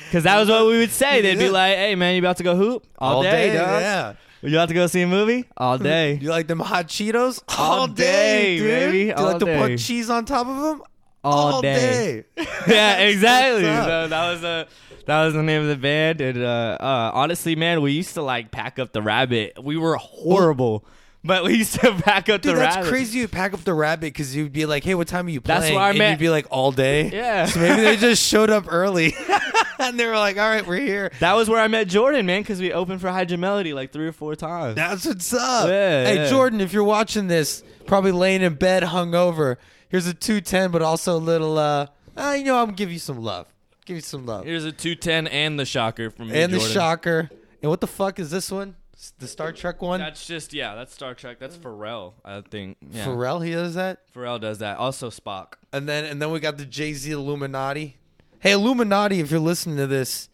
[SPEAKER 2] Because that was what we would say. They'd be
[SPEAKER 1] Yeah.
[SPEAKER 2] like, "Hey, man, you about to go hoop all,
[SPEAKER 1] All
[SPEAKER 2] day,
[SPEAKER 1] day,
[SPEAKER 2] dog?
[SPEAKER 1] yeah.
[SPEAKER 2] You about to go see a movie all day?
[SPEAKER 1] You like them hot Cheetos?
[SPEAKER 2] All day,
[SPEAKER 1] dude.
[SPEAKER 2] baby.
[SPEAKER 1] Do you
[SPEAKER 2] All
[SPEAKER 1] like to
[SPEAKER 2] day.
[SPEAKER 1] put cheese on top of them?
[SPEAKER 2] All day. yeah, exactly. So that was uh, that was the name of the band. And uh, uh, honestly, man, we used to like pack up the rabbit. We were horrible, but we used to pack up
[SPEAKER 1] Dude,
[SPEAKER 2] the
[SPEAKER 1] that's
[SPEAKER 2] rabbit.
[SPEAKER 1] crazy. You pack up the rabbit because you'd be like, "Hey, what time are you playing?"
[SPEAKER 2] That's where I
[SPEAKER 1] and
[SPEAKER 2] met-
[SPEAKER 1] You'd be like, "All day."
[SPEAKER 2] Yeah.
[SPEAKER 1] So maybe they just showed up early, and they were like, "All right, we're here."
[SPEAKER 2] That was where I met Jordan, man, because we opened for Hydra Melody like three or four times.
[SPEAKER 1] That's what's up.
[SPEAKER 2] Yeah,
[SPEAKER 1] hey,
[SPEAKER 2] yeah.
[SPEAKER 1] Jordan, if you're watching this, probably laying in bed hungover. Here's a two ten, but also a little. uh, uh You know, I'm gonna give you some love. Give you some love.
[SPEAKER 2] Here's a two ten and the shocker from me,
[SPEAKER 1] and the
[SPEAKER 2] Jordan.
[SPEAKER 1] shocker. And what the fuck is this one? S- The Star Trek one.
[SPEAKER 2] That's just yeah. That's Star Trek. That's Pharrell. I think yeah.
[SPEAKER 1] Pharrell, he does that.
[SPEAKER 2] Pharrell does that. Also Spock.
[SPEAKER 1] And then and then we got the Jay Z Illuminati. Hey Illuminati, if you're listening to this,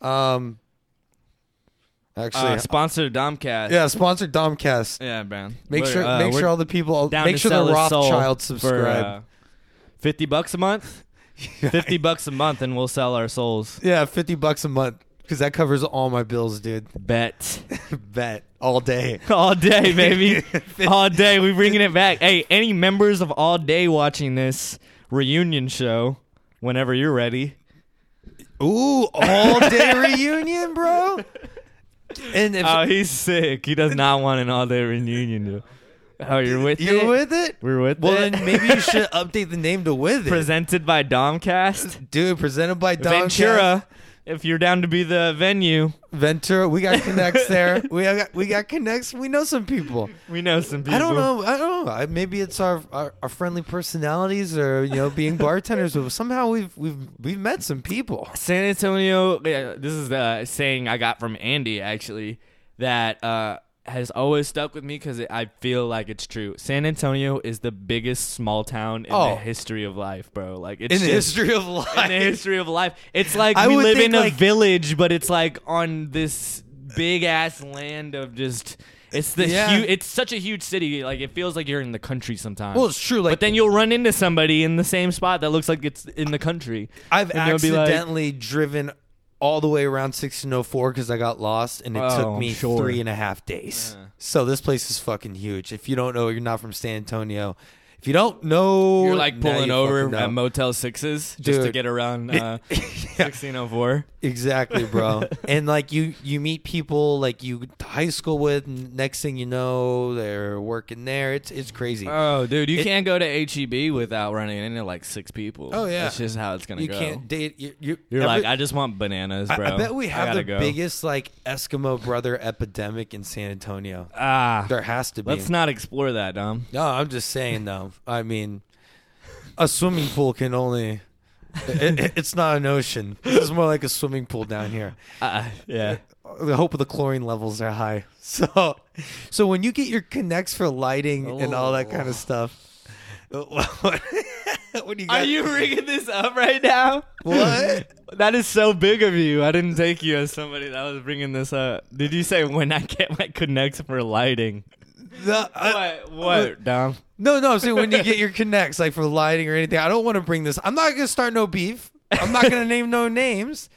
[SPEAKER 1] um, actually,
[SPEAKER 2] Uh, sponsor Domcast.
[SPEAKER 1] yeah, sponsor Domcast.
[SPEAKER 2] Yeah, man.
[SPEAKER 1] Make
[SPEAKER 2] We're,
[SPEAKER 1] sure
[SPEAKER 2] uh,
[SPEAKER 1] make
[SPEAKER 2] we're
[SPEAKER 1] sure all the people
[SPEAKER 2] down
[SPEAKER 1] make
[SPEAKER 2] to
[SPEAKER 1] sure the
[SPEAKER 2] sell his soul
[SPEAKER 1] Rothschild
[SPEAKER 2] for,
[SPEAKER 1] subscribe.
[SPEAKER 2] uh, Fifty bucks a month. Fifty bucks a month, and we'll sell our souls.
[SPEAKER 1] yeah, fifty bucks a month because that covers all my bills, dude.
[SPEAKER 2] Bet
[SPEAKER 1] Bet all day.
[SPEAKER 2] all day, baby. all day. We bringing it back. Hey, any members of All Day watching this reunion show? Whenever you're ready.
[SPEAKER 1] Ooh, all day reunion, bro. And if
[SPEAKER 2] Oh, he's sick. He does not want an All Day reunion. dude. Oh, you're with
[SPEAKER 1] you
[SPEAKER 2] it?
[SPEAKER 1] with it,
[SPEAKER 2] We're with
[SPEAKER 1] well,
[SPEAKER 2] it.
[SPEAKER 1] then maybe you should update the name to with it,
[SPEAKER 2] presented by Domcast.
[SPEAKER 1] dude. Presented by Domcast.
[SPEAKER 2] Ventura, if you're down to be the venue,
[SPEAKER 1] Ventura. We got connects there. We got we got connects. We know some people.
[SPEAKER 2] we know some people.
[SPEAKER 1] I don't know. I don't know. I- Maybe it's our, our our friendly personalities or you know being bartenders, but somehow we've we've we've met some people.
[SPEAKER 2] San Antonio. Yeah, this is a saying I got from Andy actually that uh, has always stuck with me because I feel like it's true. San Antonio is the biggest small town in
[SPEAKER 1] Oh.
[SPEAKER 2] the history of life, bro. Like it's
[SPEAKER 1] In the
[SPEAKER 2] just-
[SPEAKER 1] history of
[SPEAKER 2] in
[SPEAKER 1] life,
[SPEAKER 2] the history of life. It's like
[SPEAKER 1] I
[SPEAKER 2] we
[SPEAKER 1] would
[SPEAKER 2] live
[SPEAKER 1] think,
[SPEAKER 2] in a
[SPEAKER 1] like-
[SPEAKER 2] village, but it's like on this big ass land of just. It's the
[SPEAKER 1] Yeah.
[SPEAKER 2] hu- It's such a huge city. Like it feels like you're in the country sometimes.
[SPEAKER 1] Well, it's true, like-
[SPEAKER 2] but then you'll run into somebody in the same spot that looks like it's in the country.
[SPEAKER 1] I've
[SPEAKER 2] and they'll be like-
[SPEAKER 1] accidentally driven all the way around 1604 because I got lost, and it
[SPEAKER 2] Oh,
[SPEAKER 1] took
[SPEAKER 2] I'm
[SPEAKER 1] me
[SPEAKER 2] sure.
[SPEAKER 1] three and a half days. So this place is fucking huge. If you don't know, you're not from San Antonio. If you don't know,
[SPEAKER 2] You're like
[SPEAKER 1] now you
[SPEAKER 2] pulling over
[SPEAKER 1] fucking know.
[SPEAKER 2] at Motel Sixes just to
[SPEAKER 1] Dude.
[SPEAKER 2] get around uh, 1604.
[SPEAKER 1] Exactly, bro. and like you, you meet people like you went to high school with. And next thing you know, they're working there. It's it's crazy.
[SPEAKER 2] Oh, dude, you
[SPEAKER 1] It-
[SPEAKER 2] can't go to HEB without running into like six people.
[SPEAKER 1] Oh, yeah.
[SPEAKER 2] that's just how it's gonna
[SPEAKER 1] you
[SPEAKER 2] go.
[SPEAKER 1] can't date. You, you,
[SPEAKER 2] You're
[SPEAKER 1] every-
[SPEAKER 2] like, I just want bananas,
[SPEAKER 1] I-
[SPEAKER 2] bro.
[SPEAKER 1] I, bet we have
[SPEAKER 2] gotta
[SPEAKER 1] the
[SPEAKER 2] go.
[SPEAKER 1] biggest like Eskimo brother epidemic in San Antonio.
[SPEAKER 2] Ah,
[SPEAKER 1] There has to be.
[SPEAKER 2] let's not explore that, Dom.
[SPEAKER 1] No, I'm just saying though. I mean, a swimming pool can only. It, it- it's not an ocean. This is more like a swimming pool down here.
[SPEAKER 2] Uh, yeah,
[SPEAKER 1] The hope of the chlorine levels are high. So, so when you get your connects for lighting and all that
[SPEAKER 2] Oh.
[SPEAKER 1] kind of stuff, what, what do you?
[SPEAKER 2] are
[SPEAKER 1] Got?
[SPEAKER 2] you rigging this up right now?
[SPEAKER 1] What?
[SPEAKER 2] That is so big of you. I didn't take you as somebody that was bringing this up. Did you say when I get my connects for lighting?
[SPEAKER 1] No, I-
[SPEAKER 2] What? What, Dom?
[SPEAKER 1] no, no. I'm saying when you get your connects, like for lighting or anything. I don't want to bring this. I'm not gonna start no beef. I'm not gonna name no names.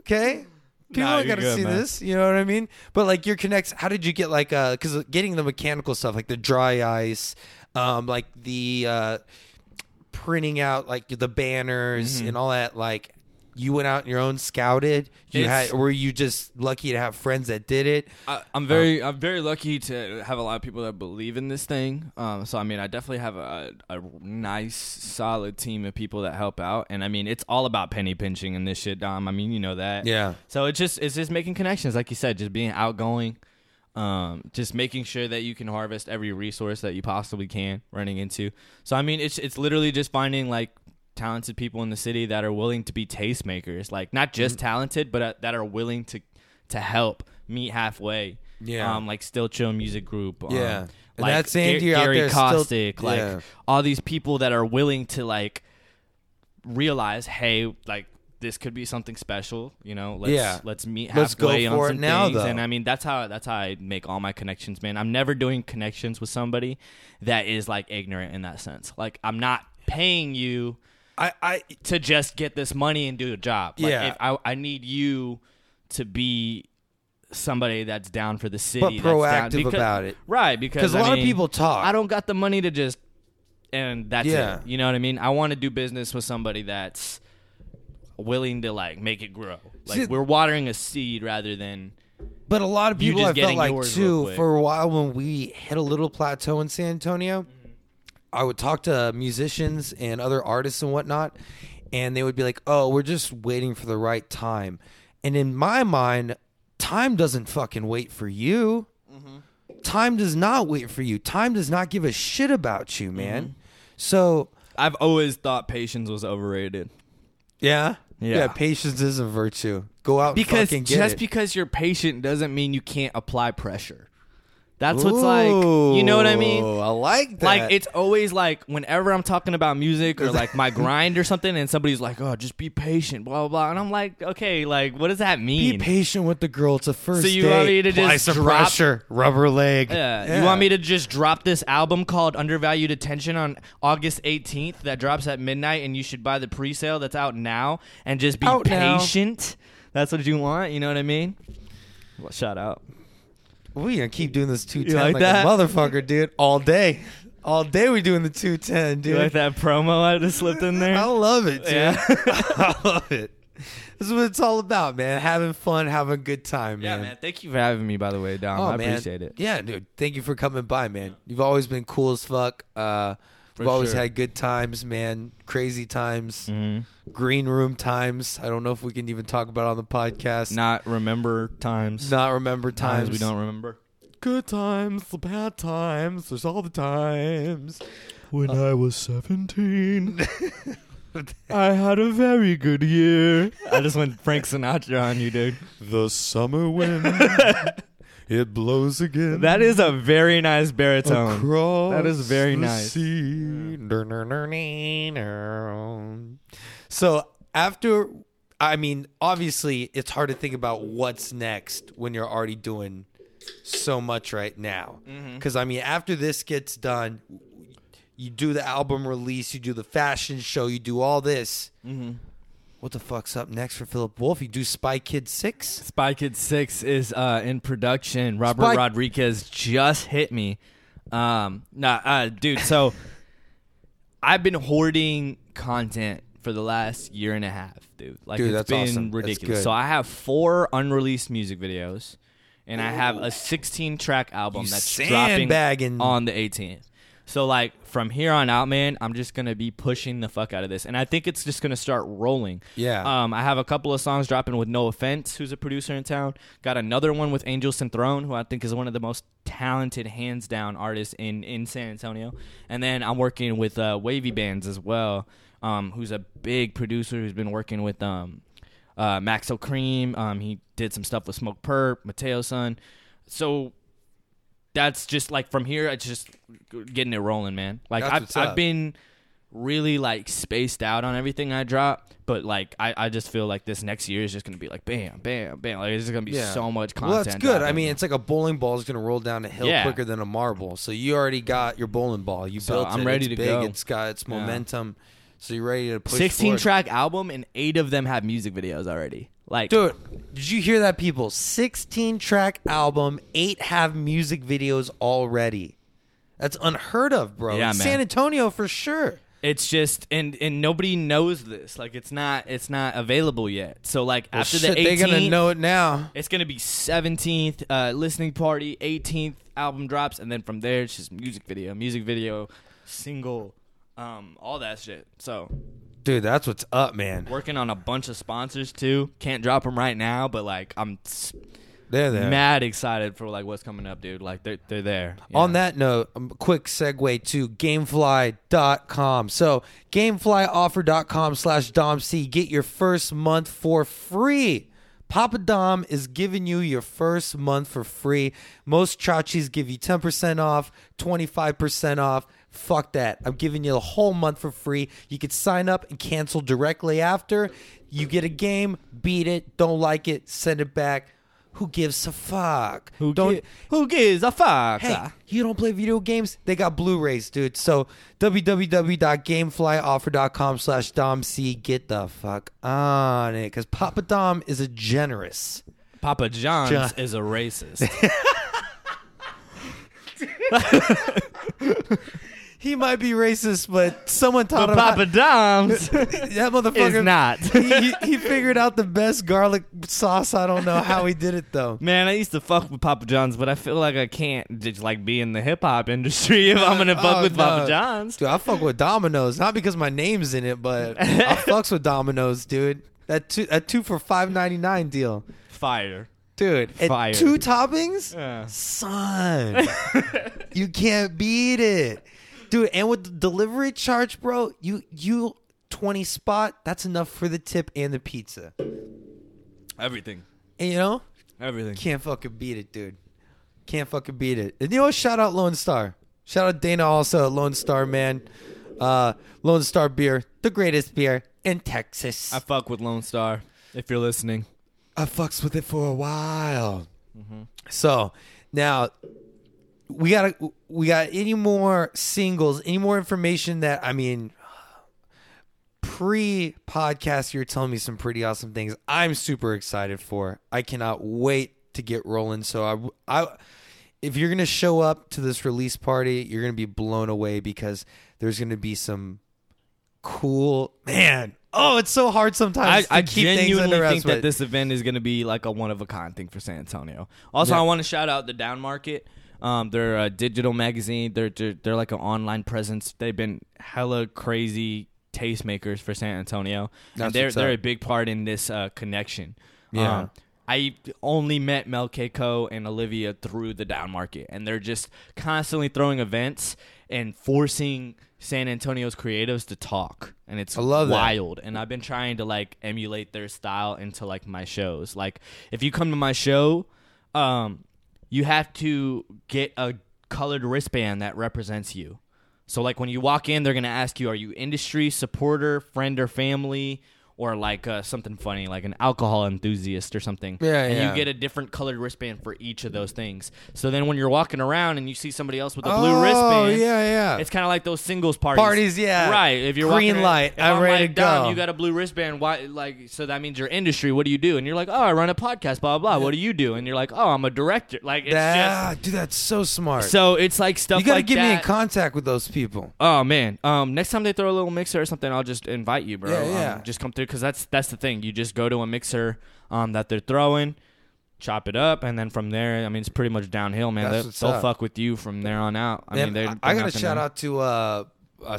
[SPEAKER 1] Okay. People
[SPEAKER 2] Nah,
[SPEAKER 1] ain't
[SPEAKER 2] you're
[SPEAKER 1] gotta
[SPEAKER 2] good,
[SPEAKER 1] see
[SPEAKER 2] man.
[SPEAKER 1] this. You know what I mean? But like your connects, how did you get like uh? Because getting the mechanical stuff like the dry ice, um, like the uh, printing out like the
[SPEAKER 2] Mm-hmm.
[SPEAKER 1] banners and all that. Like you went out on your own, scouted. You
[SPEAKER 2] It's-
[SPEAKER 1] had were you just lucky to have friends that did it?
[SPEAKER 2] I, I'm very I'm very lucky to have a lot of people that believe in this thing. Um, so I mean, I definitely have a, a nice solid team of people that help out, and I mean, it's all about penny pinching and this shit. Dom, I mean, you know that.
[SPEAKER 1] Yeah.
[SPEAKER 2] So it's just it's just making connections, like you said, just being outgoing, um, just making sure that you can harvest every resource that you possibly can running into. So I mean, it's it's literally just finding like talented people in the city that are willing to be tastemakers, like not just
[SPEAKER 1] Mm-hmm.
[SPEAKER 2] talented, but uh, that are willing to to help meet halfway.
[SPEAKER 1] Yeah.
[SPEAKER 2] um, like Still Chill Music Group. um,
[SPEAKER 1] Yeah. And
[SPEAKER 2] like
[SPEAKER 1] that's Andy
[SPEAKER 2] Ga-
[SPEAKER 1] out
[SPEAKER 2] Gary
[SPEAKER 1] there still-
[SPEAKER 2] Kostick, like
[SPEAKER 1] Yeah.
[SPEAKER 2] all these people that are willing to like realize, hey, like this could be something special, you know? Let's
[SPEAKER 1] Yeah.
[SPEAKER 2] let's meet halfway
[SPEAKER 1] Let's go
[SPEAKER 2] on
[SPEAKER 1] for it
[SPEAKER 2] some
[SPEAKER 1] now,
[SPEAKER 2] things.
[SPEAKER 1] though.
[SPEAKER 2] And I mean, that's how that's how I make all my connections, man. I'm never doing connections with somebody that is like ignorant in that sense. Like I'm not paying you
[SPEAKER 1] I I
[SPEAKER 2] to just get this money and do a job. Like,
[SPEAKER 1] Yeah.
[SPEAKER 2] if I I need you to be somebody that's down for the city,
[SPEAKER 1] But
[SPEAKER 2] that's down-
[SPEAKER 1] proactive
[SPEAKER 2] because-
[SPEAKER 1] about it.
[SPEAKER 2] right? Because
[SPEAKER 1] because a
[SPEAKER 2] I
[SPEAKER 1] lot
[SPEAKER 2] mean,
[SPEAKER 1] of people talk.
[SPEAKER 2] I don't got the money to just and that's
[SPEAKER 1] Yeah.
[SPEAKER 2] it. You know what I mean? I want to do business with somebody that's willing to like make it grow. Like
[SPEAKER 1] See-
[SPEAKER 2] we're watering a seed rather than
[SPEAKER 1] But a lot of
[SPEAKER 2] You
[SPEAKER 1] people
[SPEAKER 2] just
[SPEAKER 1] I felt
[SPEAKER 2] getting
[SPEAKER 1] like
[SPEAKER 2] yours real
[SPEAKER 1] too
[SPEAKER 2] quick.
[SPEAKER 1] for a while when we hit a little plateau in San Antonio, I would talk to musicians and other artists and whatnot, and they would be like, "Oh, we're just waiting for the right time," and in my mind, time doesn't fucking wait for you. Time does not wait for you. Time does not give a shit about you, man.
[SPEAKER 2] Mm-hmm.
[SPEAKER 1] So
[SPEAKER 2] I've always thought patience was overrated.
[SPEAKER 1] yeah,
[SPEAKER 2] Yeah.
[SPEAKER 1] patience is a virtue. Go out
[SPEAKER 2] Because
[SPEAKER 1] and fucking get
[SPEAKER 2] just
[SPEAKER 1] it.
[SPEAKER 2] because you're patient doesn't mean you can't apply pressure. That's what's like you know what I mean?
[SPEAKER 1] Ooh, I like that.
[SPEAKER 2] Like it's always like whenever I'm talking about music or like my grind or something, and somebody's like, "Oh, just be patient," blah blah, blah. and I'm like, "Okay, like what does that
[SPEAKER 1] Be
[SPEAKER 2] mean?"
[SPEAKER 1] patient with the girl. It's a first.
[SPEAKER 2] So you
[SPEAKER 1] date.
[SPEAKER 2] want me to
[SPEAKER 1] Apply
[SPEAKER 2] just
[SPEAKER 1] some
[SPEAKER 2] drop-
[SPEAKER 1] pressure, rubber leg?
[SPEAKER 2] Yeah. You want me to just drop this album called Undervalued Attention on August 18th that drops at midnight and you should buy the pre-sale that's out now and just be
[SPEAKER 1] Out now.
[SPEAKER 2] patient? That's what you want, you know what I mean? Well, shout out.
[SPEAKER 1] We gonna keep doing this two ten
[SPEAKER 2] like
[SPEAKER 1] like,
[SPEAKER 2] that?
[SPEAKER 1] a motherfucker, dude. All day, all day we doing the two ten,
[SPEAKER 2] You
[SPEAKER 1] dude.
[SPEAKER 2] like that promo I just slipped in
[SPEAKER 1] I
[SPEAKER 2] there?
[SPEAKER 1] love it, dude.
[SPEAKER 2] Yeah.
[SPEAKER 1] I love it. This is what it's all about, man. Having fun, having a good time,
[SPEAKER 2] Yeah,
[SPEAKER 1] man.
[SPEAKER 2] man. Thank you for having me by the way, Dom.
[SPEAKER 1] Oh,
[SPEAKER 2] I
[SPEAKER 1] man.
[SPEAKER 2] appreciate it.
[SPEAKER 1] Yeah, dude. Thank you for coming by, man. You've always been cool as fuck. Uh, we've always
[SPEAKER 2] sure.
[SPEAKER 1] had good times, man. Crazy times,
[SPEAKER 2] Mm-hmm. Mm.
[SPEAKER 1] green room times. I don't know if we can even talk about it on the podcast.
[SPEAKER 2] Not remember times.
[SPEAKER 1] Not remember times
[SPEAKER 2] times we don't remember.
[SPEAKER 1] good times, the bad times, there's all the times. Uh,
[SPEAKER 3] When I was 17, I had a very good year.
[SPEAKER 2] I just went Frank Sinatra on you, dude.
[SPEAKER 3] The summer wind, it blows again.
[SPEAKER 2] That is a very nice baritone.
[SPEAKER 3] across
[SPEAKER 2] that is very
[SPEAKER 3] the
[SPEAKER 2] nice.
[SPEAKER 3] sea.
[SPEAKER 1] So after I mean, obviously it's hard to think about what's next when you're already doing so much right now.
[SPEAKER 2] Mm-hmm.
[SPEAKER 1] Cuz I mean, after this gets done, you do the album release, you do the fashion show, you do all this.
[SPEAKER 2] Mm-hmm.
[SPEAKER 1] What the fuck's up next for Philip Wolf? You do Spy Kid 6?
[SPEAKER 2] Spy Kid Six is uh, in production. Robert
[SPEAKER 1] Spy-
[SPEAKER 2] Rodriguez just hit me. Um, nah, uh, dude. So I've been hoarding content for the last year and a half, dude. Like
[SPEAKER 1] Dude,
[SPEAKER 2] it's
[SPEAKER 1] that's
[SPEAKER 2] been
[SPEAKER 1] awesome. That's
[SPEAKER 2] ridiculous.
[SPEAKER 1] good.
[SPEAKER 2] So I have four unreleased music videos, and I have a 16 track album
[SPEAKER 1] You
[SPEAKER 2] that's dropping
[SPEAKER 1] sandbagging.
[SPEAKER 2] on the 18th. So like from here on out, man, I'm just gonna be pushing the fuck out of this, and I think it's just gonna start rolling.
[SPEAKER 1] Yeah.
[SPEAKER 2] Um, I have a couple of songs dropping with No Offense, who's a producer in town. Got another one with Angel Throne, who I think is one of the most talented, hands down artists in in San Antonio. And then I'm working with uh, Wavy Bands as well, um, who's a big producer who's been working with um, uh, Maxo Cream. Um, he did some stuff with Smoke Perp, Mateo Son. So that's just like from here it's just getting it rolling man like
[SPEAKER 1] That's
[SPEAKER 2] I've,
[SPEAKER 1] what's
[SPEAKER 2] I've
[SPEAKER 1] up.
[SPEAKER 2] been really like spaced out on everything i drop but like I, I just feel like this next year is just gonna be like bam bam bam like it's just gonna be
[SPEAKER 1] Yeah.
[SPEAKER 2] so much content
[SPEAKER 1] Well, that's good. I
[SPEAKER 2] dropping.
[SPEAKER 1] mean, it's like a bowling ball is going to roll down a hill
[SPEAKER 2] Yeah.
[SPEAKER 1] quicker than a marble. So you already got your bowling ball. You
[SPEAKER 2] So
[SPEAKER 1] built it.
[SPEAKER 2] I'm ready
[SPEAKER 1] it's
[SPEAKER 2] to
[SPEAKER 1] big.
[SPEAKER 2] go.
[SPEAKER 1] It's got its momentum. So you're ready to push
[SPEAKER 2] 16
[SPEAKER 1] forward.
[SPEAKER 2] track album and eight of them have music videos already like
[SPEAKER 1] Dude, did you hear that, people? 16 track album, eight have music videos already. That's unheard of, bro.
[SPEAKER 2] Yeah,
[SPEAKER 1] In
[SPEAKER 2] man.
[SPEAKER 1] San Antonio for sure.
[SPEAKER 2] it's just and and nobody knows this like it's not it's not available yet so like
[SPEAKER 1] Well,
[SPEAKER 2] after
[SPEAKER 1] shit,
[SPEAKER 2] the 18th
[SPEAKER 1] they're going to know it now.
[SPEAKER 2] It's gonna be 17th uh, listening party, 18th album drops, and then from there it's just music video, music video, single, um, all that shit. So
[SPEAKER 1] Dude, that's what's up, man.
[SPEAKER 2] working on a bunch of sponsors too. Can't drop them right now, but like I'm s
[SPEAKER 1] They're there.
[SPEAKER 2] mad excited for like what's coming up, dude. Like they're they're there. you
[SPEAKER 1] On
[SPEAKER 2] know?
[SPEAKER 1] that note, um, quick segue to gamefly.com. So, gameflyoffer.com slash domc. Get your first month for free. Papa Dom is giving you your first month for free. Most chachis give you 10% off, 25% off. Fuck that. I'm giving you the whole month for free. You could sign up and cancel directly after. You get a game, beat it, don't like it, send it back. Who gives a fuck?
[SPEAKER 2] who
[SPEAKER 1] don't
[SPEAKER 2] gi- who gives a fuck?
[SPEAKER 1] Hey, you don't play video games? They got Blu-rays, dude. So www.gameflyoffer.com slash Dom C. Get the fuck on it. Because Papa Dom is a generous.
[SPEAKER 2] Papa John's
[SPEAKER 1] John-
[SPEAKER 2] is a racist.
[SPEAKER 1] He might be racist, but someone taught him how-
[SPEAKER 2] Papa Dom's
[SPEAKER 1] that motherfucker
[SPEAKER 2] is not.
[SPEAKER 1] he, he figured out the best garlic sauce. I don't know how he did it though.
[SPEAKER 2] Man, I used to fuck with Papa John's, but I feel like I can't just like be in the hip hop industry if I'm gonna fuck
[SPEAKER 1] Oh,
[SPEAKER 2] with Papa
[SPEAKER 1] no.
[SPEAKER 2] John's.
[SPEAKER 1] Dude, I fuck with Domino's. Not because my name's in it, but I fucks with Domino's, dude. That two, that two for five ninety nine deal.
[SPEAKER 2] Fire.
[SPEAKER 1] dude. and
[SPEAKER 2] Fire.
[SPEAKER 1] two toppings,
[SPEAKER 2] Yeah.
[SPEAKER 1] son. you can't beat it, dude. And with the delivery charge, bro, you you twenty spot. That's enough for the tip and the pizza.
[SPEAKER 2] Everything.
[SPEAKER 1] And you know,
[SPEAKER 2] Everything.
[SPEAKER 1] can't fucking beat it, dude. Can't fucking beat it. And you know, what? shout out Lone Star. Shout out Dana also at Lone Star man. Uh, Lone Star beer, the greatest beer in Texas.
[SPEAKER 2] I fuck with Lone Star. If you're listening,
[SPEAKER 1] I fucks with it for a while.
[SPEAKER 2] Mm-hmm.
[SPEAKER 1] So now we got we got any more singles, any more information that I mean pre podcast you're telling me some pretty awesome things I'm super excited for. I cannot wait to get rolling. So I I if you're going to show up to this release party, you're going to be blown away because there's going to be some cool man. Oh, it's so hard
[SPEAKER 2] I,
[SPEAKER 1] sometimes.
[SPEAKER 2] I
[SPEAKER 1] to keep things
[SPEAKER 2] genuinely
[SPEAKER 1] under wraps,
[SPEAKER 2] think
[SPEAKER 1] but-
[SPEAKER 2] that this event is gonna be like a one of a kind thing for San Antonio. Also,
[SPEAKER 1] Yeah.
[SPEAKER 2] I want to shout out the Down Market. Um, they're a digital magazine. They're, they're they're like an online presence. They've been hella crazy tastemakers for San Antonio,
[SPEAKER 1] That's
[SPEAKER 2] and they're
[SPEAKER 1] what's
[SPEAKER 2] they're
[SPEAKER 1] up.
[SPEAKER 2] a big part in this uh, connection.
[SPEAKER 1] Yeah.
[SPEAKER 2] Um, I only met Mel Keiko and Olivia through the down market, and they're just constantly throwing events and forcing San Antonio's creatives to talk, and it's
[SPEAKER 1] I love that.
[SPEAKER 2] wild. And I've been trying to like emulate their style into like my shows. Like if you come to my show, um, you have to get a colored wristband that represents you. So like when you walk in, they're gonna ask you, are you industry supporter, friend or family? or like uh, something funny, like an alcohol enthusiast or something.
[SPEAKER 1] Yeah,
[SPEAKER 2] and
[SPEAKER 1] yeah.
[SPEAKER 2] you get a different colored wristband for each of those things. So then when you're walking around and you see somebody else with a blue wristband,
[SPEAKER 1] Oh, yeah, yeah.
[SPEAKER 2] it's kind of like those singles parties.
[SPEAKER 1] Parties, yeah.
[SPEAKER 2] Right. If you're
[SPEAKER 1] Green
[SPEAKER 2] walking-
[SPEAKER 1] light,
[SPEAKER 2] if
[SPEAKER 1] I'm ready
[SPEAKER 2] like,
[SPEAKER 1] to
[SPEAKER 2] "Dom,
[SPEAKER 1] go."
[SPEAKER 2] You got a blue wristband. Why? Like, so that means your industry. What do you do? And you're like, oh, I run a podcast. Blah blah. blah. What do you do? And you're like, oh, I'm a director. Like, it's
[SPEAKER 1] Ah, dude, that's so smart.
[SPEAKER 2] just so it's like stuff
[SPEAKER 1] you gotta
[SPEAKER 2] like
[SPEAKER 1] get me in
[SPEAKER 2] that.
[SPEAKER 1] contact with those people.
[SPEAKER 2] Oh man! Um, next time they throw a little mixer or something, I'll just invite you, bro.
[SPEAKER 1] Yeah,
[SPEAKER 2] Um,
[SPEAKER 1] yeah.
[SPEAKER 2] just come through because that's that's the thing. You just go to a mixer um, that they're throwing, chop it up, and then from there, I mean, it's pretty much downhill, man.
[SPEAKER 1] That's
[SPEAKER 2] They'll,
[SPEAKER 1] what's
[SPEAKER 2] they'll
[SPEAKER 1] up.
[SPEAKER 2] fuck with you from there on out. I
[SPEAKER 1] Man,
[SPEAKER 2] mean, they.
[SPEAKER 1] I, I
[SPEAKER 2] they're not
[SPEAKER 1] got to
[SPEAKER 2] gonna-
[SPEAKER 1] shout out to uh, uh,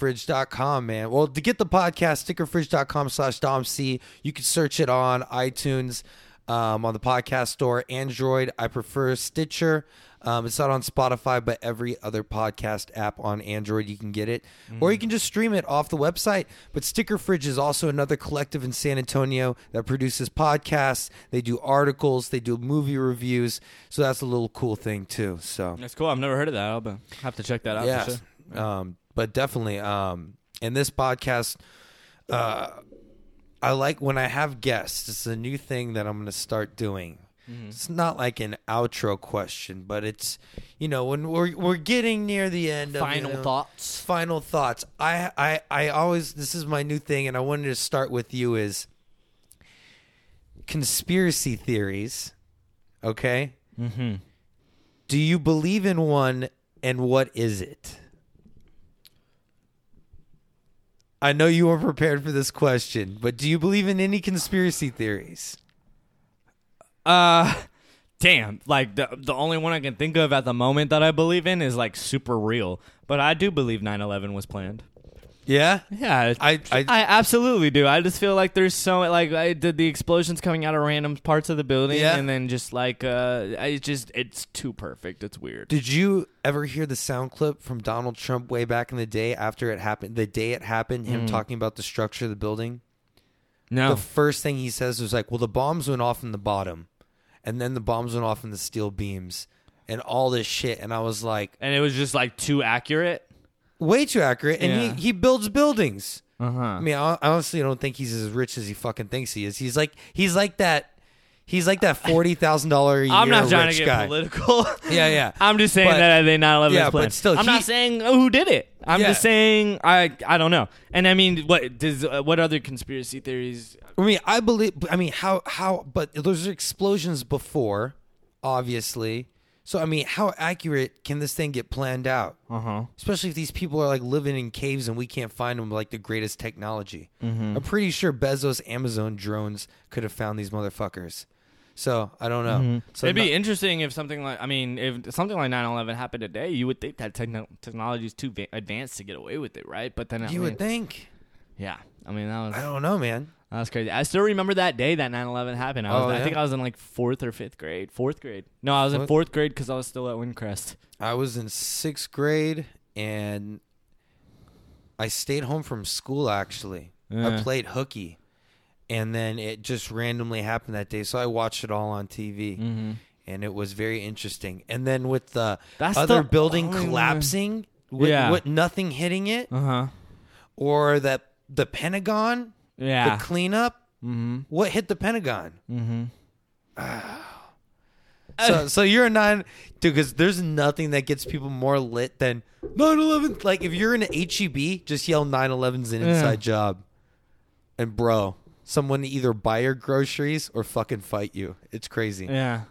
[SPEAKER 1] stickerfridge.com, man. Well, to get the podcast, stickerfridge.com slash domc. You can search it on iTunes, um, on the podcast store, Android. I prefer Stitcher. Um, it's not on Spotify, but every other podcast app on Android, you can get it. Or you
[SPEAKER 2] Mm.
[SPEAKER 1] can just stream it off the website. But Sticker Fridge is also another collective in San Antonio that produces podcasts. They do articles, they do movie reviews. So that's a little cool thing, too. So
[SPEAKER 2] That's cool. I've never heard of that. I'll be- have to check that out.
[SPEAKER 1] yeah,
[SPEAKER 2] For sure.
[SPEAKER 1] Um, but definitely, um, in this podcast, uh, I like when I have guests. It's a new thing that I'm going to start doing.
[SPEAKER 2] Mm-hmm.
[SPEAKER 1] It's not like an outro question, but it's you know when we're we're getting near the end. Of, you
[SPEAKER 2] Final
[SPEAKER 1] know,
[SPEAKER 2] thoughts?
[SPEAKER 1] Final thoughts. I I I always this is my new thing, and I wanted to start with you is conspiracy theories. Okay. Mm-hmm. Do you believe in one, and what is it? I know you weren't prepared for this question, but do you believe in any conspiracy theories?
[SPEAKER 2] Uh, damn. Like the the only one I can think of at the moment that I believe in is like super real, but I do believe 9/11 was planned.
[SPEAKER 1] Yeah,
[SPEAKER 2] Yeah,
[SPEAKER 1] I- I-
[SPEAKER 2] absolutely do. I just feel like there's so like I did the explosions coming out of random parts of the building,
[SPEAKER 1] Yeah.
[SPEAKER 2] and then just like uh, I just it's too perfect. It's weird.
[SPEAKER 1] Did you ever hear the sound clip from Donald Trump way back in the day after it happened? The day it happened, him
[SPEAKER 2] Mm.
[SPEAKER 1] talking about the structure of the building.
[SPEAKER 2] No, Oh.
[SPEAKER 1] The first thing he says was like, "Well, the bombs went off in the bottom, and then the bombs went off in the steel beams, and all this shit." And I was like,
[SPEAKER 2] and it was just like too accurate.
[SPEAKER 1] "Way too accurate." And
[SPEAKER 2] Yeah.
[SPEAKER 1] he he builds buildings.
[SPEAKER 2] Uh huh.
[SPEAKER 1] I mean, I I honestly don't think he's as rich as he fucking thinks he is. He's like he's like that. He's like that forty thousand dollar a year
[SPEAKER 2] I'm not trying
[SPEAKER 1] rich
[SPEAKER 2] to get
[SPEAKER 1] guy.
[SPEAKER 2] political.
[SPEAKER 1] Yeah, yeah.
[SPEAKER 2] I'm just saying
[SPEAKER 1] But-
[SPEAKER 2] that I think 9/11
[SPEAKER 1] yeah,
[SPEAKER 2] was
[SPEAKER 1] but
[SPEAKER 2] planned.
[SPEAKER 1] still,
[SPEAKER 2] I'm not
[SPEAKER 1] he-
[SPEAKER 2] saying oh, who did it. I'm
[SPEAKER 1] Yeah.
[SPEAKER 2] just saying I I don't know. And I mean, what does uh, what other conspiracy theories?
[SPEAKER 1] I mean, I believe. I mean, how how? But there's explosions before, obviously. So I mean, how accurate can this thing get planned out?
[SPEAKER 2] Uh huh.
[SPEAKER 1] Especially if these people are like living in caves and we can't find them like the greatest technology. I'm pretty sure Bezos Amazon drones could have found these motherfuckers. So I don't know. So
[SPEAKER 2] It'd
[SPEAKER 1] not-
[SPEAKER 2] be interesting if something like I mean, if something like 9/11 happened today, you would think that techno- technology is too va- advanced to get away with it, right? But then I
[SPEAKER 1] you
[SPEAKER 2] mean,
[SPEAKER 1] would think.
[SPEAKER 2] yeah, I mean that was
[SPEAKER 1] I don't know, man.
[SPEAKER 2] that was crazy. I still remember that day that 9/11 happened. I was
[SPEAKER 1] Oh,
[SPEAKER 2] I
[SPEAKER 1] yeah?
[SPEAKER 2] think I was in like fourth or fifth grade. Fourth grade? No, I was in
[SPEAKER 1] Fourth?
[SPEAKER 2] fourth grade because I was still at Windcrest.
[SPEAKER 1] I was in sixth grade and I stayed home from school actually.
[SPEAKER 2] Yeah.
[SPEAKER 1] I played hooky. And then it just randomly happened that day. So I watched it all on TV.
[SPEAKER 2] Mm-hmm.
[SPEAKER 1] And it was very interesting. And then with the
[SPEAKER 2] That's
[SPEAKER 1] other
[SPEAKER 2] the
[SPEAKER 1] building
[SPEAKER 2] only one.
[SPEAKER 1] collapsing with,
[SPEAKER 2] Yeah.
[SPEAKER 1] with nothing hitting it,
[SPEAKER 2] Uh huh.
[SPEAKER 1] or that the Pentagon,
[SPEAKER 2] Yeah.
[SPEAKER 1] the cleanup,
[SPEAKER 2] mm-hmm.
[SPEAKER 1] what hit the Pentagon? Ah.
[SPEAKER 2] Mm-hmm.
[SPEAKER 1] So, so you're a nine, dude, because there's nothing that gets people more lit than 9 11. Like, if you're in an HEB, just yell 9 11's an inside
[SPEAKER 2] Yeah.
[SPEAKER 1] job. And, bro, someone to either buy your groceries or fucking fight you. It's crazy.
[SPEAKER 2] Yeah.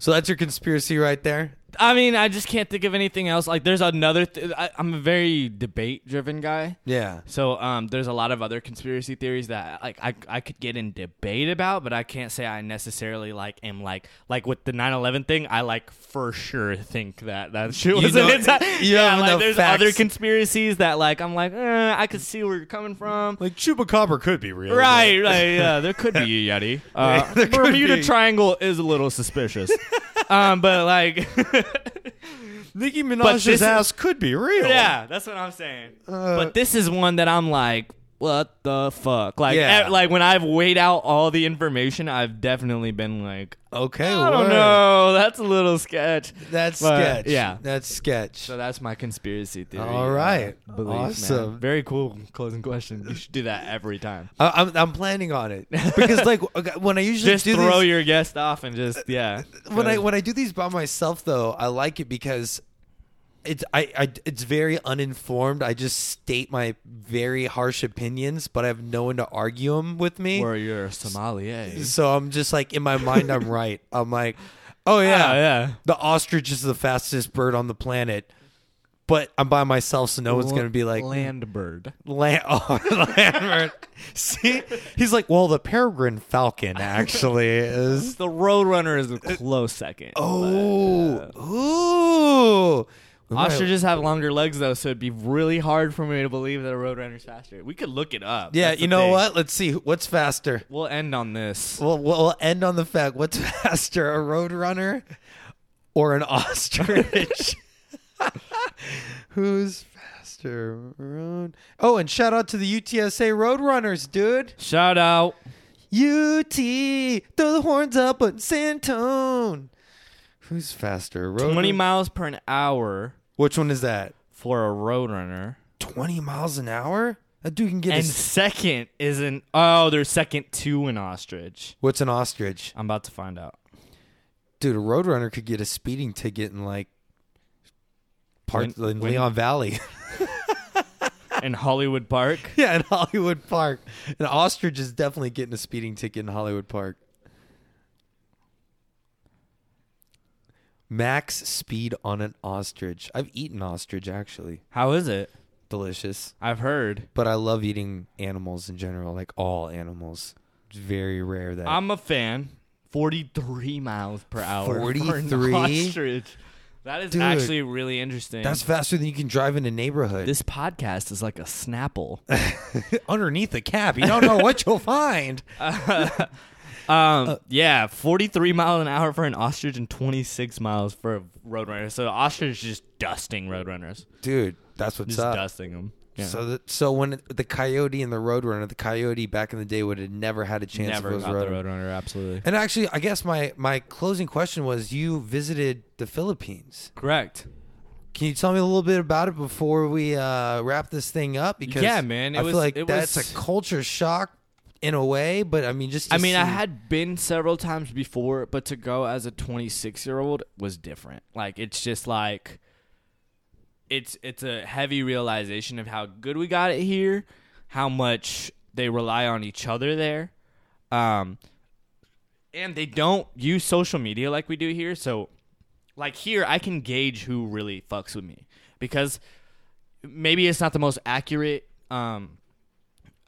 [SPEAKER 1] So, that's your conspiracy right there.
[SPEAKER 2] I mean, I just can't think of anything else. Like, there's another. Th- I, I'm a very debate-driven guy.
[SPEAKER 1] Yeah.
[SPEAKER 2] So um, there's a lot of other conspiracy theories that like I, I could get in debate about, but I can't say I necessarily like am like like with the 9/11 thing. I like for sure think that that shit
[SPEAKER 1] You
[SPEAKER 2] was
[SPEAKER 1] know-
[SPEAKER 2] an inside.
[SPEAKER 1] you
[SPEAKER 2] yeah,
[SPEAKER 1] don't
[SPEAKER 2] like
[SPEAKER 1] know
[SPEAKER 2] there's
[SPEAKER 1] facts.
[SPEAKER 2] other conspiracies that like I'm like eh, I could see where you're coming from.
[SPEAKER 1] Like, Chupacabra could be real.
[SPEAKER 2] Right, right, yeah. There could be a Yeti. Uh,
[SPEAKER 1] There could
[SPEAKER 2] Bermuda
[SPEAKER 1] be.
[SPEAKER 2] Triangle is a little suspicious, um, but like,
[SPEAKER 1] Nicki
[SPEAKER 2] this
[SPEAKER 1] Minaj's
[SPEAKER 2] is-
[SPEAKER 1] ass could be real. Uh,
[SPEAKER 2] yeah, that's what I'm saying. but this is one that I'm like, what the fuck? Like,
[SPEAKER 1] Yeah.
[SPEAKER 2] eh, like when I've weighed out all the information, I've definitely been like,
[SPEAKER 1] Okay,
[SPEAKER 2] I don't
[SPEAKER 1] word.
[SPEAKER 2] know, that's a little sketch.
[SPEAKER 1] That's
[SPEAKER 2] But,
[SPEAKER 1] sketch.
[SPEAKER 2] yeah.
[SPEAKER 1] that's sketch.
[SPEAKER 2] So that's my conspiracy theory.
[SPEAKER 1] All
[SPEAKER 2] uh,
[SPEAKER 1] right.
[SPEAKER 2] belief, man.
[SPEAKER 1] Awesome.
[SPEAKER 2] Very cool closing question. You should do that every time.
[SPEAKER 1] I, I'm I'm planning on it because like okay, when I usually
[SPEAKER 2] Just
[SPEAKER 1] do
[SPEAKER 2] throw
[SPEAKER 1] these,
[SPEAKER 2] your guest off and just yeah.
[SPEAKER 1] when I
[SPEAKER 2] Go.
[SPEAKER 1] when I do these by myself though, I like it because it's I, I it's very uninformed. I just state my very harsh opinions, but I have no one to argue them with me.
[SPEAKER 2] or you're a sommelier.
[SPEAKER 1] So I'm just like in my mind, I'm right. I'm like, oh yeah,
[SPEAKER 2] Ah, yeah.
[SPEAKER 1] the ostrich is the fastest bird on the planet. But I'm by myself, so no one's gonna be like
[SPEAKER 2] land bird.
[SPEAKER 1] Land- oh, Lambert. See, he's like, well, the peregrine falcon actually is.
[SPEAKER 2] The Roadrunner is a
[SPEAKER 1] Uh,
[SPEAKER 2] close second.
[SPEAKER 1] Oh, ooh. We might-
[SPEAKER 2] Ostriches have longer legs though, so it'd be really hard for me to believe that a Roadrunner's faster. We could look it up.
[SPEAKER 1] Yeah,
[SPEAKER 2] That's
[SPEAKER 1] you
[SPEAKER 2] the
[SPEAKER 1] know
[SPEAKER 2] thing.
[SPEAKER 1] what? Let's see what's faster.
[SPEAKER 2] We'll end on this.
[SPEAKER 1] We'll, we'll end on the fact: what's faster, a roadrunner or an ostrich? Who's faster? Road. Oh, and shout out to the UTSA Roadrunners, dude.
[SPEAKER 2] Shout out.
[SPEAKER 1] UT, throw the horns up at Santone. Who's faster? Road
[SPEAKER 2] 20 miles per an hour
[SPEAKER 1] Which one is that?
[SPEAKER 2] for a Roadrunner.
[SPEAKER 1] 20 miles an hour? That dude can get
[SPEAKER 2] And
[SPEAKER 1] his-
[SPEAKER 2] second is an oh, they're second to an ostrich.
[SPEAKER 1] What's an ostrich?
[SPEAKER 2] I'm about to find out.
[SPEAKER 1] Dude, a roadrunner could get a speeding ticket in like part
[SPEAKER 2] When-
[SPEAKER 1] in
[SPEAKER 2] when-
[SPEAKER 1] Leon Valley.
[SPEAKER 2] In Hollywood Park.
[SPEAKER 1] yeah, in Hollywood Park. An ostrich is definitely getting a speeding ticket in Hollywood Park. Max speed on an ostrich. I've eaten ostrich actually.
[SPEAKER 2] How is it?
[SPEAKER 1] Delicious.
[SPEAKER 2] I've heard.
[SPEAKER 1] But I love eating animals in general, like all animals. It's very rare that
[SPEAKER 2] I'm a fan. 43 miles per hour. For an
[SPEAKER 1] 43?
[SPEAKER 2] ostrich. That is
[SPEAKER 1] Dude.
[SPEAKER 2] actually really interesting.
[SPEAKER 1] That's faster than you can drive in a neighborhood.
[SPEAKER 2] this podcast is like a Snapple.
[SPEAKER 1] underneath the cap, you don't know what you'll find.
[SPEAKER 2] Um, yeah, 43 mile an hour for an ostrich and 26 miles for a roadrunner. So the ostrich is just dusting roadrunners,
[SPEAKER 1] Dude, that's what's
[SPEAKER 2] just
[SPEAKER 1] up.
[SPEAKER 2] dusting them.
[SPEAKER 1] So, the, so when the coyote and the roadrunner, the coyote back in the day would have never had a chance. if
[SPEAKER 2] never
[SPEAKER 1] it was
[SPEAKER 2] got
[SPEAKER 1] road.
[SPEAKER 2] the roadrunner. Absolutely
[SPEAKER 1] And actually, I guess my my closing question was: You visited the Philippines.
[SPEAKER 2] correct.
[SPEAKER 1] Can you tell me a little bit about it before we uh, wrap this thing up? Because
[SPEAKER 2] Yeah, man, it
[SPEAKER 1] I
[SPEAKER 2] was-
[SPEAKER 1] feel like
[SPEAKER 2] it
[SPEAKER 1] that's
[SPEAKER 2] was-
[SPEAKER 1] a culture shock in a way. But I mean, just to
[SPEAKER 2] I mean, I
[SPEAKER 1] see-
[SPEAKER 2] had been several times before, but to go as a 26 year old was different. Like it's just like it's it's a heavy realization of how good we got it here, how much they rely on each other there. Um and they don't use social media like we do here, so like here I can gauge who really fucks with me because maybe it's not the most accurate um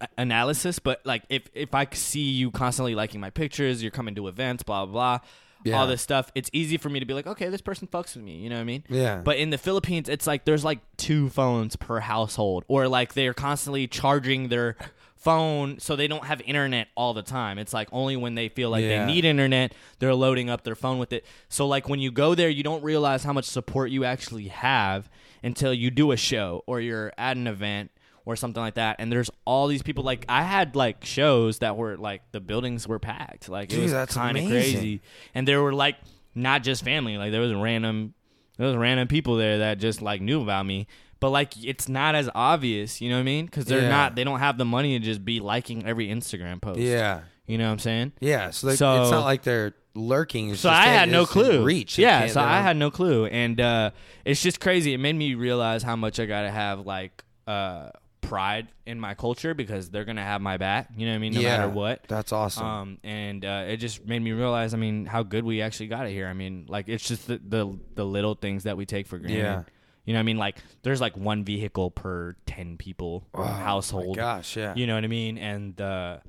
[SPEAKER 2] a- analysis, but like if if I see you constantly liking my pictures, you're coming to events, blah blah blah, all this stuff, it's easy for me to be like, okay, this person fucks with me. You know what I mean?
[SPEAKER 1] Yeah.
[SPEAKER 2] But in the Philippines, it's like there's like two phones per household, or like they're constantly charging their phone so they don't have internet all the time. It's like only when they feel like
[SPEAKER 1] Yeah.
[SPEAKER 2] they need internet, they're loading up their phone with it. So like when you go there, you don't realize how much support you actually have until you do a show or you're at an event or something like that. And there's all these people like I had like shows that were like the buildings were packed. Like it
[SPEAKER 1] Dude,
[SPEAKER 2] was
[SPEAKER 1] that's
[SPEAKER 2] kind of
[SPEAKER 1] amazing.
[SPEAKER 2] crazy. And there were like not just family, like there was random there was random people there that just like knew about me. But like it's not as obvious, you know what I mean? Because they're
[SPEAKER 1] Yeah.
[SPEAKER 2] not they don't have the money to just be liking every Instagram post.
[SPEAKER 1] yeah,
[SPEAKER 2] You know what I'm saying?
[SPEAKER 1] yeah. So, they,
[SPEAKER 2] So-
[SPEAKER 1] it's not like they're lurking. It's
[SPEAKER 2] So
[SPEAKER 1] just
[SPEAKER 2] I
[SPEAKER 1] they-
[SPEAKER 2] had no
[SPEAKER 1] it's in
[SPEAKER 2] clue.
[SPEAKER 1] Reach. They
[SPEAKER 2] Yeah,
[SPEAKER 1] can't-
[SPEAKER 2] so
[SPEAKER 1] they
[SPEAKER 2] I
[SPEAKER 1] don't-
[SPEAKER 2] had no clue, and uh, it's just crazy. It made me realize how much I gotta have like uh, pride in my culture because they're gonna have my back. You know what I mean? No
[SPEAKER 1] yeah,
[SPEAKER 2] matter what.
[SPEAKER 1] That's awesome.
[SPEAKER 2] Um, and uh, it just made me realize, I mean, how good we actually got it here. I mean, like it's just the the, the little things that we take for granted.
[SPEAKER 1] Yeah.
[SPEAKER 2] You know, what I mean, like there's like one vehicle per ten people
[SPEAKER 1] Oh
[SPEAKER 2] per household.
[SPEAKER 1] Gosh, yeah.
[SPEAKER 2] You know what I mean? And the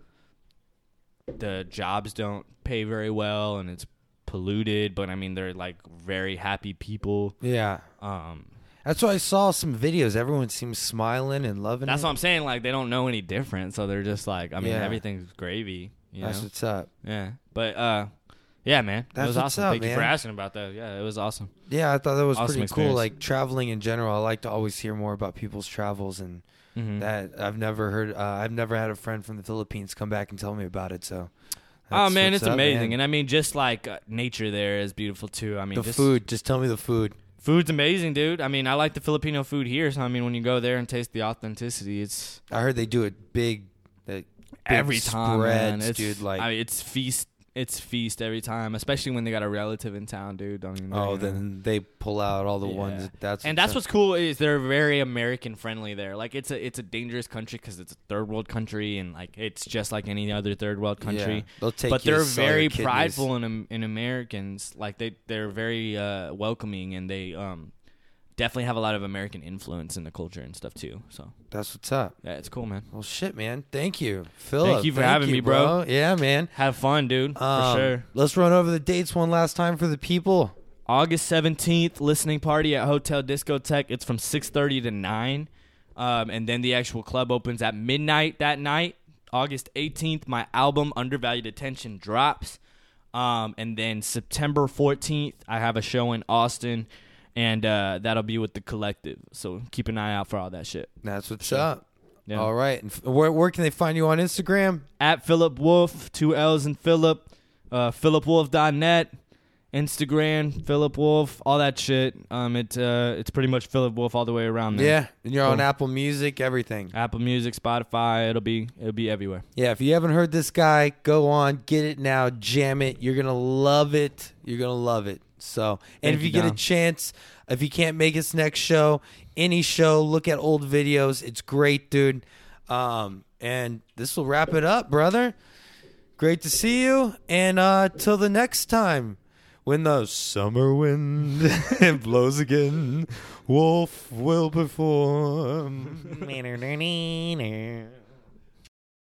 [SPEAKER 2] the jobs don't pay very well, and it's polluted. But I mean, they're like very happy people.
[SPEAKER 1] yeah.
[SPEAKER 2] Um,
[SPEAKER 1] That's why I saw some videos. Everyone seems smiling and loving.
[SPEAKER 2] that's
[SPEAKER 1] it.
[SPEAKER 2] what I'm saying. Like they don't know any different, so they're just like, I mean,
[SPEAKER 1] Yeah.
[SPEAKER 2] everything's gravy. You
[SPEAKER 1] That's
[SPEAKER 2] know?
[SPEAKER 1] what's up.
[SPEAKER 2] Yeah. But uh yeah, man.
[SPEAKER 1] That's
[SPEAKER 2] it was
[SPEAKER 1] what's
[SPEAKER 2] awesome.
[SPEAKER 1] up,
[SPEAKER 2] Thank you for
[SPEAKER 1] man.
[SPEAKER 2] asking about that. Yeah, it was awesome.
[SPEAKER 1] Yeah, I thought that was
[SPEAKER 2] Awesome
[SPEAKER 1] pretty cool.
[SPEAKER 2] experience.
[SPEAKER 1] Like traveling in general, I like to always hear more about people's travels and
[SPEAKER 2] Mhm.
[SPEAKER 1] that I've never heard. Uh, I've never had a friend from the Philippines come back and tell me about it. So,
[SPEAKER 2] oh
[SPEAKER 1] that's
[SPEAKER 2] man,
[SPEAKER 1] what's
[SPEAKER 2] it's
[SPEAKER 1] up,
[SPEAKER 2] amazing,
[SPEAKER 1] man.
[SPEAKER 2] and I mean, just like uh, nature there is beautiful too. I mean,
[SPEAKER 1] the
[SPEAKER 2] just,
[SPEAKER 1] food. Just tell me the food.
[SPEAKER 2] food's amazing, dude. I mean, I like the Filipino food here, so I mean, when you go there and taste the authenticity, it's
[SPEAKER 1] I heard they do it big. Like, big
[SPEAKER 2] every time, man.
[SPEAKER 1] spreads,
[SPEAKER 2] It's,
[SPEAKER 1] dude. Like,
[SPEAKER 2] I mean, it's feast, it's feast every time, especially when they got a relative in town, dude. I mean, they're
[SPEAKER 1] oh,
[SPEAKER 2] gonna-
[SPEAKER 1] then they pull out all the
[SPEAKER 2] Yeah.
[SPEAKER 1] ones. That's
[SPEAKER 2] and that's what's cool is they're very American friendly there. Like it's a it's a dangerous country because it's a third world country and like it's just like any other third world country.
[SPEAKER 1] Yeah, they'll take
[SPEAKER 2] but
[SPEAKER 1] you to
[SPEAKER 2] they're
[SPEAKER 1] sell your
[SPEAKER 2] very
[SPEAKER 1] kidneys.
[SPEAKER 2] prideful in Am- in Americans. Like they they're very uh, welcoming and they um definitely have a lot of American influence in the culture and stuff too. So
[SPEAKER 1] That's what's up.
[SPEAKER 2] yeah, it's cool, man.
[SPEAKER 1] Well, shit, man. Thank you, Philip.
[SPEAKER 2] you for having me, bro.
[SPEAKER 1] Yeah, man.
[SPEAKER 2] Have fun, dude.
[SPEAKER 1] Um,
[SPEAKER 2] for sure.
[SPEAKER 1] Let's run over the dates one last time for the people.
[SPEAKER 2] August 17th, listening party at Hotel Discotech. It's from 6.30 to 9. Um, and then the actual club opens at midnight that night. August 18th, my album Undervalued Attention drops. Um, and then September 14th, I have a show in Austin. And uh, that'll be with The Collective. So keep an eye out for all that shit.
[SPEAKER 1] That's what's up.
[SPEAKER 2] Yeah.
[SPEAKER 1] All right. And f- where, where can they find you on Instagram?
[SPEAKER 2] At Philip Wolf, two L's in Philip. Uh, PhilipWolf.net. Instagram, Philip Wolf, all that shit. Um, it, uh, it's pretty much Philip Wolf all the way around. There.
[SPEAKER 1] Yeah. And you're on
[SPEAKER 2] Mm-hmm. Cool.
[SPEAKER 1] Apple Music, everything.
[SPEAKER 2] Apple Music, Spotify, it'll be it'll be everywhere.
[SPEAKER 1] Yeah. If you haven't heard this guy, go on, get it now, jam it. You're going to love it. You're going to love it. So, and
[SPEAKER 2] Thank
[SPEAKER 1] if you,
[SPEAKER 2] you,
[SPEAKER 1] get a
[SPEAKER 2] Dom.
[SPEAKER 1] chance, if you can't make his next show, any show, look at old videos. It's great, dude. Um, and this will wrap it up, brother. Great to see you. And uh, till the next time, when the summer wind blows again, Wolf will perform.